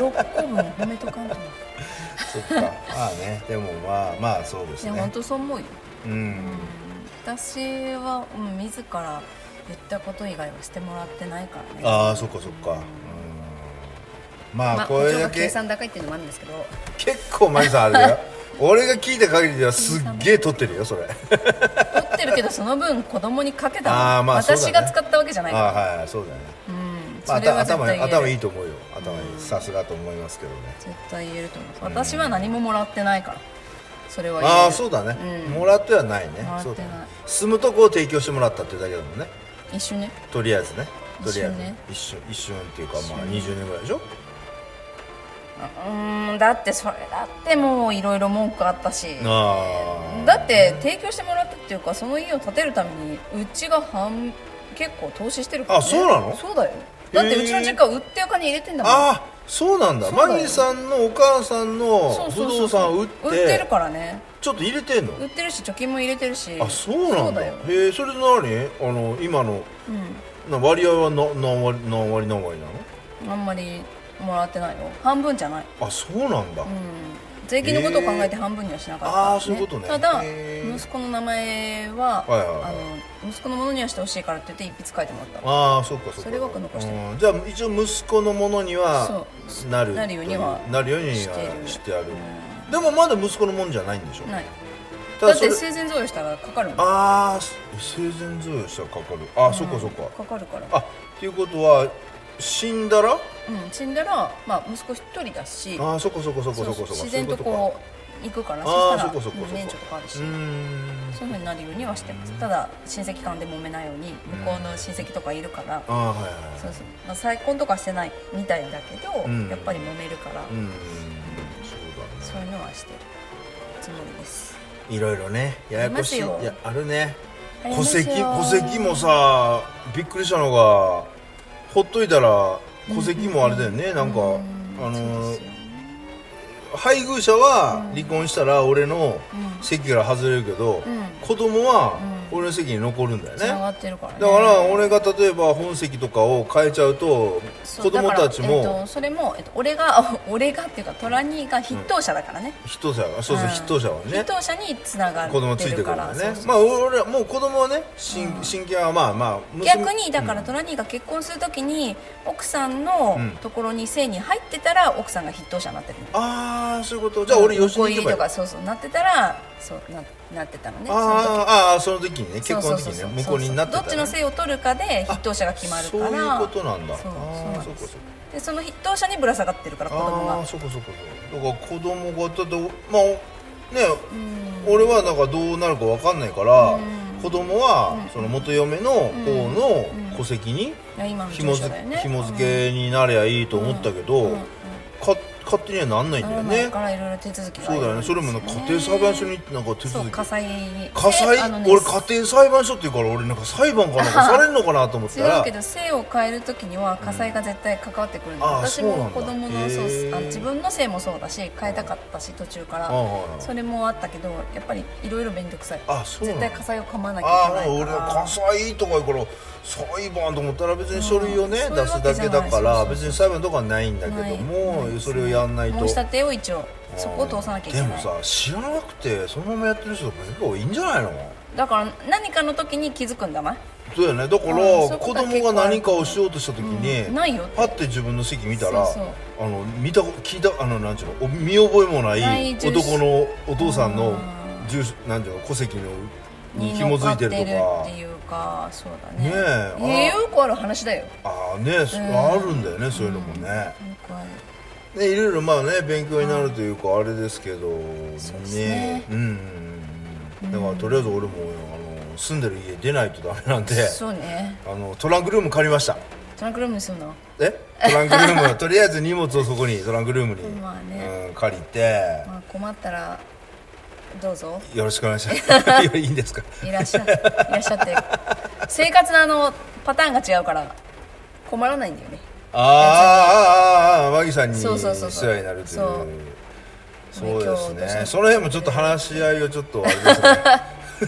[SPEAKER 2] 六個分褒めとかんと思っ
[SPEAKER 1] そっかまあねでもまあまあそうです
[SPEAKER 2] てね本
[SPEAKER 1] ね
[SPEAKER 2] 当そう思うよ
[SPEAKER 1] うん
[SPEAKER 2] 私は、うん、自ら言ったこと以外はしてもらってないからね
[SPEAKER 1] ああそっかそっかうんま
[SPEAKER 2] ま
[SPEAKER 1] あ
[SPEAKER 2] あ
[SPEAKER 1] これ
[SPEAKER 2] こっち
[SPEAKER 1] だ
[SPEAKER 2] が計
[SPEAKER 1] け
[SPEAKER 2] 算高いっていうのもあるんですけど
[SPEAKER 1] 結構マリさんあれだ よ俺が聞いた限りではすっげえ取ってるよそれ
[SPEAKER 2] 取ってるけどその分子供にかけた
[SPEAKER 1] あ
[SPEAKER 2] の
[SPEAKER 1] ーまあそうだね
[SPEAKER 2] 私が使ったわけじゃ
[SPEAKER 1] あ
[SPEAKER 2] ない
[SPEAKER 1] ー
[SPEAKER 2] から、
[SPEAKER 1] はいはいそうだよね
[SPEAKER 2] うん、
[SPEAKER 1] まあ
[SPEAKER 2] それは絶
[SPEAKER 1] 頭
[SPEAKER 2] 対言える、
[SPEAKER 1] 頭いいと思うよ頭いいさすがと思いますけどね
[SPEAKER 2] 絶対言えると思う私は何ももらってないからそれは言える
[SPEAKER 1] ああそうだね、
[SPEAKER 2] うん
[SPEAKER 1] もらってはないね
[SPEAKER 2] もらって
[SPEAKER 1] そ
[SPEAKER 2] ないう
[SPEAKER 1] だね住むとこを提供してもらったっていうだけだもんね
[SPEAKER 2] 一緒ね
[SPEAKER 1] とりあえずねとりあえず
[SPEAKER 2] 一瞬ね
[SPEAKER 1] 一瞬一瞬っていうかまあ20年ぐらいでしょ
[SPEAKER 2] うーんだってそれだってもういろいろ文句あったし
[SPEAKER 1] ああ
[SPEAKER 2] だって提供してもらったっていうかその家を建てるためにうちが半結構投資してるから、ね、
[SPEAKER 1] あそうなの
[SPEAKER 2] そうだよだってうちの実家売ってお金入れてんだもん
[SPEAKER 1] ああそうなんだ
[SPEAKER 2] そうだよ
[SPEAKER 1] マギーさんのお母さんの不動産売っ
[SPEAKER 2] 売ってる
[SPEAKER 1] て
[SPEAKER 2] からね
[SPEAKER 1] ちょっと入れてんの
[SPEAKER 2] 売ってるし貯金も入れてるし
[SPEAKER 1] あそうなんだ
[SPEAKER 2] よ、
[SPEAKER 1] へえそれで何あの今のな割合はな何割何割何割なの
[SPEAKER 2] うん、あんまりもらってないよ半分じゃない、
[SPEAKER 1] あそうなんだ、
[SPEAKER 2] うん、税金のことを考えて半分にはしなかった、
[SPEAKER 1] あーそういうことね
[SPEAKER 2] ただ
[SPEAKER 1] へー
[SPEAKER 2] 息子の名前は,、
[SPEAKER 1] はいはいはい
[SPEAKER 2] あの息子のものにはしてほしいからって言って一筆書いてもらった
[SPEAKER 1] ああそっかそっか
[SPEAKER 2] それは残してる
[SPEAKER 1] うんじゃあ一応息子のものには
[SPEAKER 2] そう
[SPEAKER 1] なる
[SPEAKER 2] なるようには
[SPEAKER 1] なるようには
[SPEAKER 2] してる
[SPEAKER 1] してあるでもまだ息子のもんじゃないんでしょ
[SPEAKER 2] ない
[SPEAKER 1] た
[SPEAKER 2] だ
[SPEAKER 1] だ
[SPEAKER 2] っ
[SPEAKER 1] それ
[SPEAKER 2] て生前贈与したらかかるもん
[SPEAKER 1] ああ生前贈与したらかかるあ、そっかそっか
[SPEAKER 2] かかるから
[SPEAKER 1] あっていうことは死んだら
[SPEAKER 2] うん、死んだら、まあ、息子一人だし
[SPEAKER 1] ああそっかそっかそっかそっかそっか
[SPEAKER 2] 自然とこう行くから
[SPEAKER 1] そういうことかああ
[SPEAKER 2] そ
[SPEAKER 1] そっかそ
[SPEAKER 2] した
[SPEAKER 1] っかそっ
[SPEAKER 2] らうん
[SPEAKER 1] か
[SPEAKER 2] 免除とかあるし、
[SPEAKER 1] うーん
[SPEAKER 2] そういうふうになるようにはしてますただ親戚間で揉めないように向こうの親戚とかいるから、
[SPEAKER 1] ああはいはい
[SPEAKER 2] そうそうまあ、再婚とかしてないみたいだけど、
[SPEAKER 1] うん
[SPEAKER 2] やっぱり揉めるから、
[SPEAKER 1] うーんそう
[SPEAKER 2] そういうのはしてるつもりです
[SPEAKER 1] だねいろいろねややこしい
[SPEAKER 2] ありますよ
[SPEAKER 1] いやあるね
[SPEAKER 2] あり
[SPEAKER 1] 戸
[SPEAKER 2] ますよ
[SPEAKER 1] 籍戸籍もさびっくりしたのがほっといたら戸籍もあれだよね、なんか、あ
[SPEAKER 2] そう
[SPEAKER 1] の
[SPEAKER 2] ですよね
[SPEAKER 1] 配偶者は離婚したら俺の席から外れるけど、
[SPEAKER 2] うん
[SPEAKER 1] 子供は俺の席に残るんだよね、
[SPEAKER 2] 繋がってるからね
[SPEAKER 1] だから俺が例えば本籍とかを変えちゃうと
[SPEAKER 2] そう
[SPEAKER 1] 子供たちも、
[SPEAKER 2] だからえっと、それも、えっと、俺が 俺がっていうかトラニーが筆頭者だからね、
[SPEAKER 1] 筆頭者がそうそう、
[SPEAKER 2] うん
[SPEAKER 1] 筆頭者はね
[SPEAKER 2] 筆頭者につながって
[SPEAKER 1] 子供ついて
[SPEAKER 2] る
[SPEAKER 1] くる
[SPEAKER 2] か
[SPEAKER 1] んだ
[SPEAKER 2] ら
[SPEAKER 1] よ
[SPEAKER 2] そう
[SPEAKER 1] ね
[SPEAKER 2] そう
[SPEAKER 1] まあ俺らもう子供はね親親権はまあまあ娘
[SPEAKER 2] 逆にだからトラニーが結婚するときに奥さんの
[SPEAKER 1] うん
[SPEAKER 2] ところに姓に入ってたら奥さんが筆頭者になってるの
[SPEAKER 1] ああそういうことじゃあ俺吉
[SPEAKER 2] 婿
[SPEAKER 1] に
[SPEAKER 2] 入
[SPEAKER 1] 行け
[SPEAKER 2] り
[SPEAKER 1] ばい
[SPEAKER 2] と
[SPEAKER 1] い
[SPEAKER 2] かそうそうなってたらそうななってたのねその
[SPEAKER 1] あ
[SPEAKER 2] 時
[SPEAKER 1] ーあーその時にね結
[SPEAKER 2] そう
[SPEAKER 1] 婚
[SPEAKER 2] そ
[SPEAKER 1] の
[SPEAKER 2] う
[SPEAKER 1] 時
[SPEAKER 2] そ
[SPEAKER 1] に
[SPEAKER 2] うそ
[SPEAKER 1] ね向
[SPEAKER 2] う
[SPEAKER 1] こうになってた
[SPEAKER 2] そうそうどっちの
[SPEAKER 1] い
[SPEAKER 2] 姓を取るかで筆頭者が決まるから
[SPEAKER 1] そういうことなんだ
[SPEAKER 2] そ
[SPEAKER 1] あ
[SPEAKER 2] うそうな
[SPEAKER 1] ー
[SPEAKER 2] ん
[SPEAKER 1] そ
[SPEAKER 2] で
[SPEAKER 1] うかそ
[SPEAKER 2] す
[SPEAKER 1] うか
[SPEAKER 2] でその筆頭者にぶら下がってるから子供
[SPEAKER 1] ああー
[SPEAKER 2] が
[SPEAKER 1] そうかそうかそうかだから子供がだってまあね俺はなんかどうなるかわかんないから、子供はその元嫁の方の戸籍に
[SPEAKER 2] いや今の
[SPEAKER 1] 紐
[SPEAKER 2] 住
[SPEAKER 1] づ
[SPEAKER 2] 所だよね
[SPEAKER 1] 紐付けになりゃいいと思ったけど、か勝手にはなんないんだよ
[SPEAKER 2] うん
[SPEAKER 1] ね
[SPEAKER 2] だからいろいろ手続きが
[SPEAKER 1] そうだよねそれもなんか家庭裁判所になんか手
[SPEAKER 2] そう
[SPEAKER 1] 続き
[SPEAKER 2] 火災に
[SPEAKER 1] 火災、
[SPEAKER 2] あのね
[SPEAKER 1] 俺家庭裁判所っていうから俺なんか裁判かなんかされるのかなと思った
[SPEAKER 2] 違
[SPEAKER 1] ら
[SPEAKER 2] うけど姓を変える時には火災が絶対関わってくるんで、
[SPEAKER 1] うんああ
[SPEAKER 2] 私
[SPEAKER 1] そうな
[SPEAKER 2] も
[SPEAKER 1] んだ
[SPEAKER 2] 子供のそう
[SPEAKER 1] へえ
[SPEAKER 2] あの自分の姓もそうだし変えたかったし途中か
[SPEAKER 1] ああ
[SPEAKER 2] ら
[SPEAKER 1] ああ
[SPEAKER 2] それもあったけどやっぱりいろいろ面倒くさい
[SPEAKER 1] あそうな
[SPEAKER 2] 絶
[SPEAKER 1] ん
[SPEAKER 2] 対
[SPEAKER 1] だ
[SPEAKER 2] 火災を噛まなきゃい
[SPEAKER 1] あ
[SPEAKER 2] け
[SPEAKER 1] あ
[SPEAKER 2] ない
[SPEAKER 1] 俺
[SPEAKER 2] から
[SPEAKER 1] は火災とかやから裁判と思ったら別に書類をね、
[SPEAKER 2] うん
[SPEAKER 1] 出すだけだから
[SPEAKER 2] そういうわけじゃない
[SPEAKER 1] 別に裁判とかはないんだけども、それをやんないと
[SPEAKER 2] 申し立てを一応そこを通さなきゃいけ
[SPEAKER 1] で
[SPEAKER 2] ない
[SPEAKER 1] もさ知らなくてそのままやってる人とか結構いいんじゃないの
[SPEAKER 2] だから何かの時に気づくんだな
[SPEAKER 1] そうだよねだから、
[SPEAKER 2] うんそういうこ
[SPEAKER 1] 子
[SPEAKER 2] とは
[SPEAKER 1] 供が何かをしようとした時に、
[SPEAKER 2] うんないよって
[SPEAKER 1] パッて自分の席見たら
[SPEAKER 2] そうそう
[SPEAKER 1] あの見た聞いたあのなんちゅうのお見覚えもな
[SPEAKER 2] ない
[SPEAKER 1] い
[SPEAKER 2] 住所
[SPEAKER 1] 男のお父さん
[SPEAKER 2] う
[SPEAKER 1] の
[SPEAKER 2] ん
[SPEAKER 1] 住所なんていうの戸籍のに
[SPEAKER 2] に
[SPEAKER 1] 紐
[SPEAKER 2] 乗っ
[SPEAKER 1] づ
[SPEAKER 2] か
[SPEAKER 1] い
[SPEAKER 2] って
[SPEAKER 1] て
[SPEAKER 2] る
[SPEAKER 1] ると
[SPEAKER 2] っ
[SPEAKER 1] か
[SPEAKER 2] ていうかそうだ
[SPEAKER 1] ね
[SPEAKER 2] ね
[SPEAKER 1] えあ
[SPEAKER 2] いやよくある話だよ
[SPEAKER 1] ああね、あるんだよねそういうのもね,、
[SPEAKER 2] よくある
[SPEAKER 1] ねいろいろまあね勉強になるというか、あれですけど
[SPEAKER 2] うですね
[SPEAKER 1] うんだからとりあえず俺もあの住んでる家出ないとダメなんで
[SPEAKER 2] そうね
[SPEAKER 1] あのトランクルーム借りました
[SPEAKER 2] トランクルームにするの
[SPEAKER 1] えトランクル ームとりあえず荷物をそこにトランクルームに、
[SPEAKER 2] まあね
[SPEAKER 1] うん、借りて、
[SPEAKER 2] まあ困ったらどうぞ
[SPEAKER 1] よろしくお願いしますいやいいんですか
[SPEAKER 2] いらっ しゃいらっしゃって生活のあのパターンが違うから困らないんだよね
[SPEAKER 1] ああああああマギさんに世
[SPEAKER 2] そうそう
[SPEAKER 1] 話
[SPEAKER 2] そうそう
[SPEAKER 1] になるという
[SPEAKER 2] そう
[SPEAKER 1] そうです
[SPEAKER 2] 勉強と
[SPEAKER 1] ね
[SPEAKER 2] して
[SPEAKER 1] その辺もちょっと話し合いをちょっとあ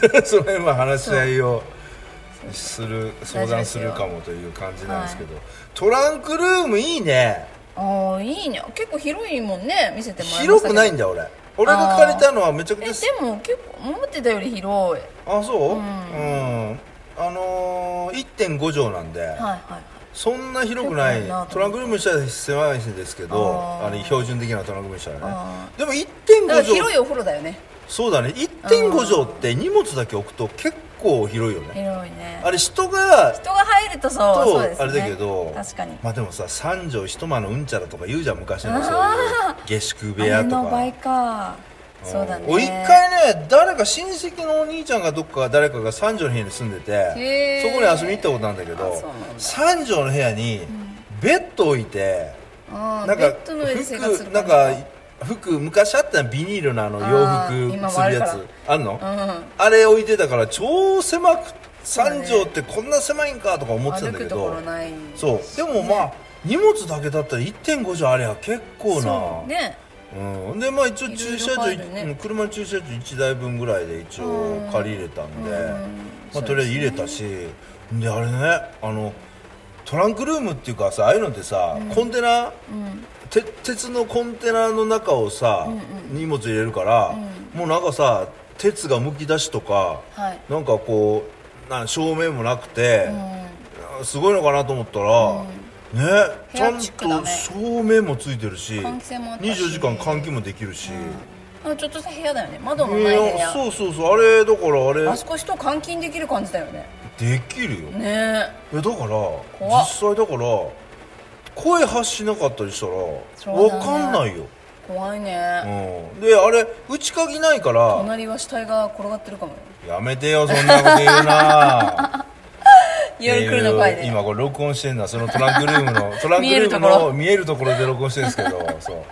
[SPEAKER 1] れですねその辺も話し合いをする相談するかもという感じなんですけど、トランクルームいいね
[SPEAKER 2] ああいいね結構広いもんね見せてもらいまし
[SPEAKER 1] 広
[SPEAKER 2] たけど
[SPEAKER 1] くないんだよ俺俺が借りたのはめちゃく
[SPEAKER 2] え
[SPEAKER 1] ちゃ
[SPEAKER 2] でも結構思ってたより広い
[SPEAKER 1] あそううん、あのー、1.5畳なんで、
[SPEAKER 2] はいはい
[SPEAKER 1] そんな広くない
[SPEAKER 2] 広くないな
[SPEAKER 1] トランクルームにしたら狭いんですけど
[SPEAKER 2] あー
[SPEAKER 1] あの標準的なトランクルームにしたらね
[SPEAKER 2] あ
[SPEAKER 1] でも1.5
[SPEAKER 2] だから
[SPEAKER 1] 畳
[SPEAKER 2] 広いお風呂だよね
[SPEAKER 1] そうだね1.5畳って荷物だけ置くと結構広いよね
[SPEAKER 2] 広いね
[SPEAKER 1] あれ人が
[SPEAKER 2] 人が入るとそう
[SPEAKER 1] と
[SPEAKER 2] そうですね
[SPEAKER 1] あれだけど
[SPEAKER 2] 確かに
[SPEAKER 1] まあでもさ3畳一間のうんちゃらとか言うじゃん昔のそういう
[SPEAKER 2] あ
[SPEAKER 1] 下宿
[SPEAKER 2] ー
[SPEAKER 1] 部屋
[SPEAKER 2] 姉
[SPEAKER 1] と
[SPEAKER 2] の
[SPEAKER 1] か
[SPEAKER 2] 倍かそうだね
[SPEAKER 1] 俺一回ね誰か親戚のお兄ちゃんがどっか誰かが三女の部屋に住んでて
[SPEAKER 2] へー
[SPEAKER 1] そこに遊びに行ったことなんだけ
[SPEAKER 2] あそう
[SPEAKER 1] ど
[SPEAKER 2] なんだ
[SPEAKER 1] 三女の部屋にベッド置いて、
[SPEAKER 2] あ
[SPEAKER 1] な
[SPEAKER 2] なんん
[SPEAKER 1] か
[SPEAKER 2] かベッドの上で生活する
[SPEAKER 1] 服なんか服昔あったのビニールのあの
[SPEAKER 2] あー
[SPEAKER 1] 洋
[SPEAKER 2] 今
[SPEAKER 1] 服す
[SPEAKER 2] もあ
[SPEAKER 1] る
[SPEAKER 2] るか
[SPEAKER 1] や
[SPEAKER 2] ら
[SPEAKER 1] つあるの、
[SPEAKER 2] うん
[SPEAKER 1] あれ置いてたから超狭く
[SPEAKER 2] うだ
[SPEAKER 1] 三
[SPEAKER 2] ね
[SPEAKER 1] 畳ってこんな狭いんかとか思ってたん
[SPEAKER 2] 歩
[SPEAKER 1] だけ
[SPEAKER 2] く
[SPEAKER 1] ど
[SPEAKER 2] ところない
[SPEAKER 1] そうでもまあ荷物だけだったら1.5畳あれは結構
[SPEAKER 2] そ
[SPEAKER 1] な
[SPEAKER 2] うね
[SPEAKER 1] うん、でまあ一応駐車場
[SPEAKER 2] いろいろ入るね
[SPEAKER 1] うん車の駐車場1台分ぐらいで一応借り入れたんで、まあ、とりあえず入れたしであれねあのトランクルームっていうかさああいうのってさ、コンテナ、て鉄のコンテナの中をさ、荷物入れるから、もうなんかさ鉄がむき出しとか、
[SPEAKER 2] はい
[SPEAKER 1] なんかこうなん照明もなくて、すごいのかなと思ったら、ね
[SPEAKER 2] 部
[SPEAKER 1] ちゃ
[SPEAKER 2] 屋
[SPEAKER 1] ん
[SPEAKER 2] チックだ
[SPEAKER 1] と
[SPEAKER 2] ね
[SPEAKER 1] 照明もついてるし
[SPEAKER 2] 換気扇もあったし
[SPEAKER 1] 24時間換気もできるし、
[SPEAKER 2] あちょっとした部屋だよね窓のない
[SPEAKER 1] い
[SPEAKER 2] 部
[SPEAKER 1] や
[SPEAKER 2] 屋
[SPEAKER 1] そうそうそうあれだからあれ
[SPEAKER 2] あそこ人監禁できる感じだよね
[SPEAKER 1] できるよ
[SPEAKER 2] ねえ
[SPEAKER 1] いやだから
[SPEAKER 2] 怖
[SPEAKER 1] 実際だから声発しなかったりしたら
[SPEAKER 2] そう
[SPEAKER 1] わ
[SPEAKER 2] だね
[SPEAKER 1] かんないよ、
[SPEAKER 2] 怖いうね
[SPEAKER 1] ん、であれ内鍵ないから
[SPEAKER 2] 隣は死体が転がってるかもよ
[SPEAKER 1] やめてよそんなこと言うな
[SPEAKER 2] 夜来るの回
[SPEAKER 1] って
[SPEAKER 2] で
[SPEAKER 1] いう今これ録音してるのはそのトランクルーム のトランク
[SPEAKER 2] 見え
[SPEAKER 1] ル
[SPEAKER 2] る
[SPEAKER 1] ーム
[SPEAKER 2] ところ
[SPEAKER 1] の見えるところで録音してるんですけどそう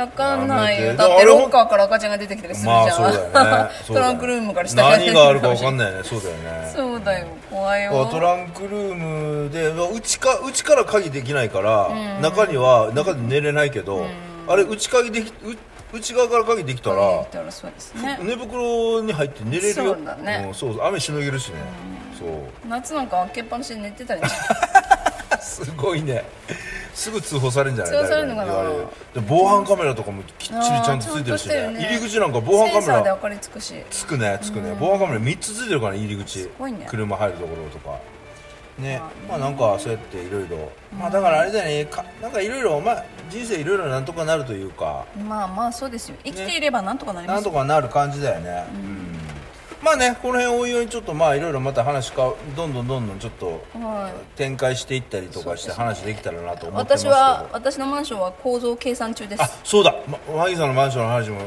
[SPEAKER 2] わかんない
[SPEAKER 1] やめ
[SPEAKER 2] よ
[SPEAKER 1] て
[SPEAKER 2] だっ
[SPEAKER 1] で
[SPEAKER 2] て
[SPEAKER 1] もあれ
[SPEAKER 2] ロッカーから赤ちゃんが出てきたりするじ
[SPEAKER 1] まあ
[SPEAKER 2] ゃん、
[SPEAKER 1] そうだよねそう
[SPEAKER 2] ト
[SPEAKER 1] だよ
[SPEAKER 2] ラ
[SPEAKER 1] ね
[SPEAKER 2] ンクルームから下
[SPEAKER 1] 何があるかわかん
[SPEAKER 2] な
[SPEAKER 1] ない
[SPEAKER 2] い
[SPEAKER 1] よねそうだよね
[SPEAKER 2] そうだよ怖いよ
[SPEAKER 1] トランクルームでうちかうちから鍵できないから、中には中で寝れないけど、あれ内鍵できう内側から鍵できた
[SPEAKER 2] から
[SPEAKER 1] ら
[SPEAKER 2] だ、からそうですね
[SPEAKER 1] 寝袋に入って寝れるよ
[SPEAKER 2] そうだね
[SPEAKER 1] んそう雨しのげるしね、そう
[SPEAKER 2] 夏なんか開けっぱなしで寝てた りね
[SPEAKER 1] すごいねすぐ通報されるんじゃない
[SPEAKER 2] 通報されるのかな
[SPEAKER 1] 誰に言われるで防犯カメラとかもきっちりちゃんとついてるしね
[SPEAKER 2] あーちゃんとしてるね
[SPEAKER 1] 入り口なんか防
[SPEAKER 2] セン
[SPEAKER 1] 犯
[SPEAKER 2] サ
[SPEAKER 1] カ
[SPEAKER 2] ー
[SPEAKER 1] メ
[SPEAKER 2] で
[SPEAKER 1] ラ
[SPEAKER 2] 明かりつくし
[SPEAKER 1] つくねつくね、防犯カメラ3つついてるからね入り口
[SPEAKER 2] ごいね
[SPEAKER 1] 車入るところとかねまあなんかそうやっていろいろまあだからあれだよねかなんかいろいろまあ人生いろいろなんとかなるというか
[SPEAKER 2] まあまあそうですよ生きていればなんとかなり
[SPEAKER 1] な
[SPEAKER 2] ま
[SPEAKER 1] ん
[SPEAKER 2] す
[SPEAKER 1] と
[SPEAKER 2] よ、
[SPEAKER 1] かなる感じだよね、うんまあねこの辺おいおいちょっとまあいろいろまた話かどんどんどんどんちょっと
[SPEAKER 2] はい
[SPEAKER 1] 展開していったりとかして話できたらなと思ってます
[SPEAKER 2] 私
[SPEAKER 1] けど
[SPEAKER 2] は私のマンションは構造計算中です
[SPEAKER 1] あそうだ、ま、マギさんのマンションの話も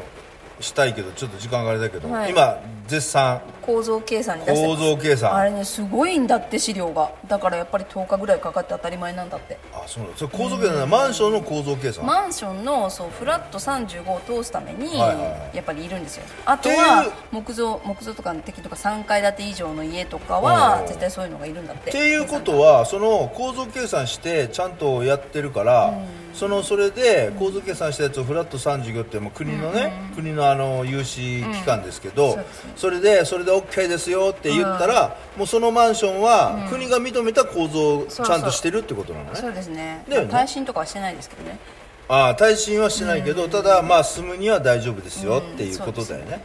[SPEAKER 1] したいけどちょっと時間があれだけど、
[SPEAKER 2] はい
[SPEAKER 1] 今絶賛
[SPEAKER 2] 構造計算に出してま
[SPEAKER 1] 構
[SPEAKER 2] す
[SPEAKER 1] 造計算
[SPEAKER 2] あれねすごいんだって資料がだからやっぱり10日ぐらいかかって当たり前なんだって
[SPEAKER 1] あそうなのそれ構造計算だマンションの構造計算、
[SPEAKER 2] マンションのそうフラット35を通すために
[SPEAKER 1] はいはいはい
[SPEAKER 2] やっぱりいるんですよあと
[SPEAKER 1] ってい
[SPEAKER 2] は
[SPEAKER 1] う
[SPEAKER 2] 木造木造とかの敵とか3階建て以上の家とか
[SPEAKER 1] う
[SPEAKER 2] は
[SPEAKER 1] ん
[SPEAKER 2] 絶対そういうのがいるんだって
[SPEAKER 1] っていうことはその構造計算してちゃんとやってるから、そのそれで構造計算したやつをフラット35ってもう国のね、国のあの有志機関ですけど、
[SPEAKER 2] そうですね
[SPEAKER 1] それでそれで OK ですよって言ったら、もうそのマンションは国が認めた構造をち
[SPEAKER 2] そうそう
[SPEAKER 1] ゃんとしてるってことなのね
[SPEAKER 2] そうですね
[SPEAKER 1] だよね
[SPEAKER 2] 耐震とかはしてないですけどね
[SPEAKER 1] ああ耐震はしてないけど、ただまあ住むには大丈夫ですよっていうことだよね、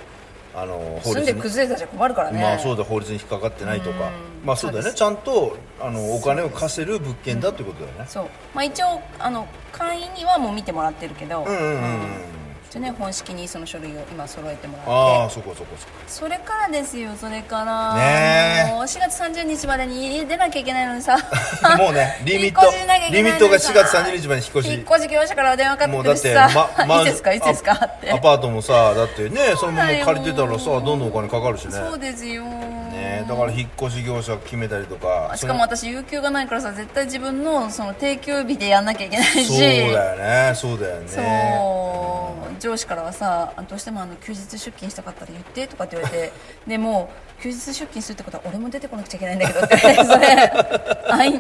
[SPEAKER 1] あの法
[SPEAKER 2] 住ん
[SPEAKER 1] 律
[SPEAKER 2] で
[SPEAKER 1] に
[SPEAKER 2] 崩れたじゃ困るからね、
[SPEAKER 1] まあそうだ法律に引っかかってないとか、まあそうだよ
[SPEAKER 2] そ
[SPEAKER 1] ね
[SPEAKER 2] うです
[SPEAKER 1] ちゃんとあのお金を貸せる物件だってことだよね
[SPEAKER 2] そうまあ、一応あの会員にはもう見てもらってるけ
[SPEAKER 1] う
[SPEAKER 2] ど、
[SPEAKER 1] んうんうんうん
[SPEAKER 2] 一応ね本式にその書類を今揃えてもら
[SPEAKER 1] あ
[SPEAKER 2] っ
[SPEAKER 1] あ
[SPEAKER 2] て
[SPEAKER 1] そこそこそこ
[SPEAKER 2] それからですよそれから、
[SPEAKER 1] ねえ
[SPEAKER 2] もう4月30日までに家出なきゃいけないのにさ
[SPEAKER 1] もうねリミット
[SPEAKER 2] 引っ越しなきゃいけない
[SPEAKER 1] リミットが4月30日まで引っ越し
[SPEAKER 2] 引っ越し業者から電話かかっ
[SPEAKER 1] も
[SPEAKER 2] て
[SPEAKER 1] うだ
[SPEAKER 2] くる
[SPEAKER 1] っ、
[SPEAKER 2] してさ
[SPEAKER 1] ま
[SPEAKER 2] いつですかいつですかって
[SPEAKER 1] アパートもさだってねそのま
[SPEAKER 2] そうだ
[SPEAKER 1] ま
[SPEAKER 2] よ
[SPEAKER 1] 借りてたらさどんどんお金かかるしね
[SPEAKER 2] そうですよ
[SPEAKER 1] ねだから引っ越し業者決めたりとか
[SPEAKER 2] しかも私有給がないからさ絶対自分のその定休日でやんなきゃいけないし
[SPEAKER 1] そうだよねそうだよね
[SPEAKER 2] そう上司からはさあどうしてもあの休日出勤したかったら言ってとかって言 われてでもう休日出勤するってことは俺も出てこなくちゃいけないんだけどって 言われてそれあい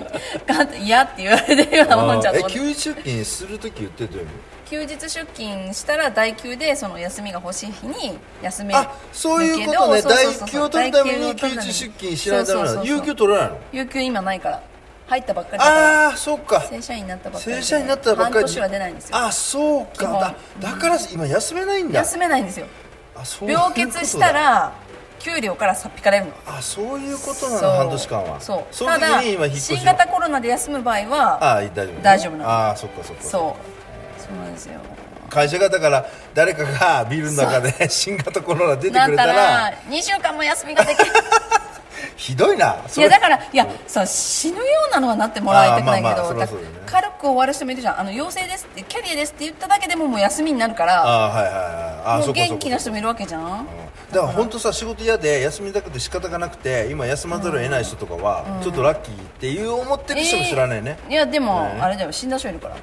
[SPEAKER 2] がって嫌って言われてるようなもんじゃん
[SPEAKER 1] え
[SPEAKER 2] と思って
[SPEAKER 1] 休日出勤するとき言ってたよね
[SPEAKER 2] 休日出勤したら代休でその休みが欲しい日に休める
[SPEAKER 1] あそういうことね
[SPEAKER 2] けどそうそうそう
[SPEAKER 1] 代休を取るために
[SPEAKER 2] 代
[SPEAKER 1] 休
[SPEAKER 2] を取るため
[SPEAKER 1] 日
[SPEAKER 2] に
[SPEAKER 1] 出勤しないためな
[SPEAKER 2] そう
[SPEAKER 1] の
[SPEAKER 2] そうそう
[SPEAKER 1] 有給取らないの
[SPEAKER 2] 有給今ないから入ったばっかりだから
[SPEAKER 1] ああそっか
[SPEAKER 2] 正社員になったばっかりで
[SPEAKER 1] 正社員になったばっかり
[SPEAKER 2] 半年は出ないんですよ
[SPEAKER 1] あそう
[SPEAKER 2] 基本
[SPEAKER 1] かだだから今休めないんだ
[SPEAKER 2] 休めないんですよ
[SPEAKER 1] あそういうこ
[SPEAKER 2] 病
[SPEAKER 1] とだ
[SPEAKER 2] 欠したら給料からさっぴかれるの
[SPEAKER 1] あそういうことな
[SPEAKER 2] そう
[SPEAKER 1] の半年間は
[SPEAKER 2] そう
[SPEAKER 1] その
[SPEAKER 2] た
[SPEAKER 1] 時
[SPEAKER 2] だ
[SPEAKER 1] に今引っ越し
[SPEAKER 2] 新型コロナで休む場合は
[SPEAKER 1] ああ大丈夫
[SPEAKER 2] 大丈夫なの
[SPEAKER 1] ああそっかそっか
[SPEAKER 2] そうそうなんですよ
[SPEAKER 1] 会社がだから誰かがビルの中で新型コロナ出てく
[SPEAKER 2] な
[SPEAKER 1] れ
[SPEAKER 2] った
[SPEAKER 1] たら
[SPEAKER 2] ら2週間も休みができる
[SPEAKER 1] ひどいな。そ
[SPEAKER 2] い
[SPEAKER 1] れ
[SPEAKER 2] やだからいやそう死ぬようなのはなってもらいたくないけど、
[SPEAKER 1] あーまあまあそりゃそうだよね
[SPEAKER 2] だから軽く終わる人もいるじゃんあの陽性ですってキャリアですって言っただけでももう休みになるから
[SPEAKER 1] あーはいはいはい。あー
[SPEAKER 2] も
[SPEAKER 1] そうこそこ
[SPEAKER 2] 元気な人もいるわけじゃん
[SPEAKER 1] だから本当さ仕事嫌で休みたくて仕方がなくて今休まざるを得ない人とかはちょっとラッキーっていう思ってる人も知らないね、
[SPEAKER 2] えーいやでも、
[SPEAKER 1] ね
[SPEAKER 2] あれだよ死んだ人いるから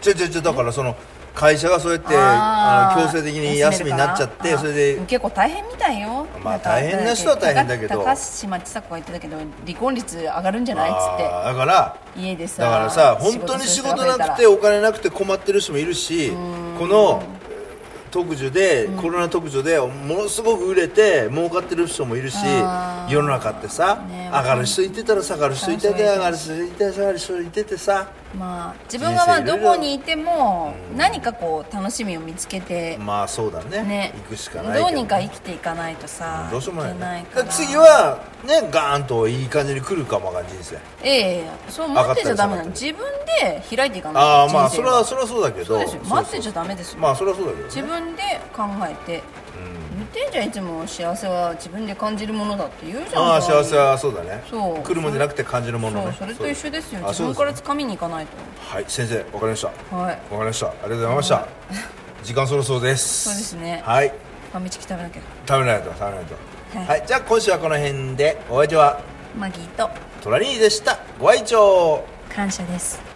[SPEAKER 1] ちょちょちょだからその会社がそうやって
[SPEAKER 2] あ
[SPEAKER 1] あ
[SPEAKER 2] ー
[SPEAKER 1] の強制的に休
[SPEAKER 2] め
[SPEAKER 1] み
[SPEAKER 2] るか
[SPEAKER 1] に
[SPEAKER 2] ら
[SPEAKER 1] なっちゃって
[SPEAKER 2] あー
[SPEAKER 1] それで
[SPEAKER 2] 結構大変みたいよ
[SPEAKER 1] まあ
[SPEAKER 2] なんか
[SPEAKER 1] 大変な人は大変だけど
[SPEAKER 2] 高高嶋ちさ子が言ってたけど離婚率上がるんじゃないっつっ
[SPEAKER 1] あーだから
[SPEAKER 2] て家でさ
[SPEAKER 1] だからさ本当に仕事なくてお金なくて困ってる人もいるしこの特需でコロナ特需でものすごく売れて儲かってる人もいるし
[SPEAKER 2] あー
[SPEAKER 1] 世の中ってさ
[SPEAKER 2] ね
[SPEAKER 1] 上がる人いてたら下がる人いてて上がる人いて下がる人いててさ
[SPEAKER 2] まあ自分がまあどこにいても何かこう楽しみを見つけて、
[SPEAKER 1] まあそうだね
[SPEAKER 2] ね
[SPEAKER 1] 行くしかないけ
[SPEAKER 2] ど
[SPEAKER 1] ど
[SPEAKER 2] うにか生きていかないとさ、
[SPEAKER 1] どうしようもない,、
[SPEAKER 2] け
[SPEAKER 1] ね、
[SPEAKER 2] ない
[SPEAKER 1] だ
[SPEAKER 2] か
[SPEAKER 1] からら次はねガーンといい感じに来るかもが人生
[SPEAKER 2] ええそう思ってちゃダメなの
[SPEAKER 1] 上がった
[SPEAKER 2] 自分で開いていかないと
[SPEAKER 1] ああまあそ
[SPEAKER 2] 人生
[SPEAKER 1] れ
[SPEAKER 2] が
[SPEAKER 1] はそれはそうだけど
[SPEAKER 2] そうです
[SPEAKER 1] そ
[SPEAKER 2] よ
[SPEAKER 1] うそう
[SPEAKER 2] 待ってちゃダメですよ、
[SPEAKER 1] まあそれはそうだけど、ね、
[SPEAKER 2] 自分で考えて言ってんじゃんいつも幸せは自分で感じるものだって言うじゃん
[SPEAKER 1] ああ幸せはそうだね
[SPEAKER 2] そう
[SPEAKER 1] 来るもんじゃなくて感じるも
[SPEAKER 2] そ
[SPEAKER 1] の
[SPEAKER 2] う
[SPEAKER 1] ね
[SPEAKER 2] それと一緒ですよ
[SPEAKER 1] あ
[SPEAKER 2] 自
[SPEAKER 1] そう
[SPEAKER 2] 分
[SPEAKER 1] です
[SPEAKER 2] から掴みに行かない
[SPEAKER 1] はい先生わかりましたわか
[SPEAKER 2] とはい
[SPEAKER 1] りましたありがとうございました時間そろそろです
[SPEAKER 2] そうですね
[SPEAKER 1] はい
[SPEAKER 2] ファミチキ食べなきゃ
[SPEAKER 1] 食べないと食べないと
[SPEAKER 2] はい
[SPEAKER 1] はいじゃあ今週はこの辺でお相手は
[SPEAKER 2] マギーと
[SPEAKER 1] トラリーでしたご愛聴
[SPEAKER 2] 感謝です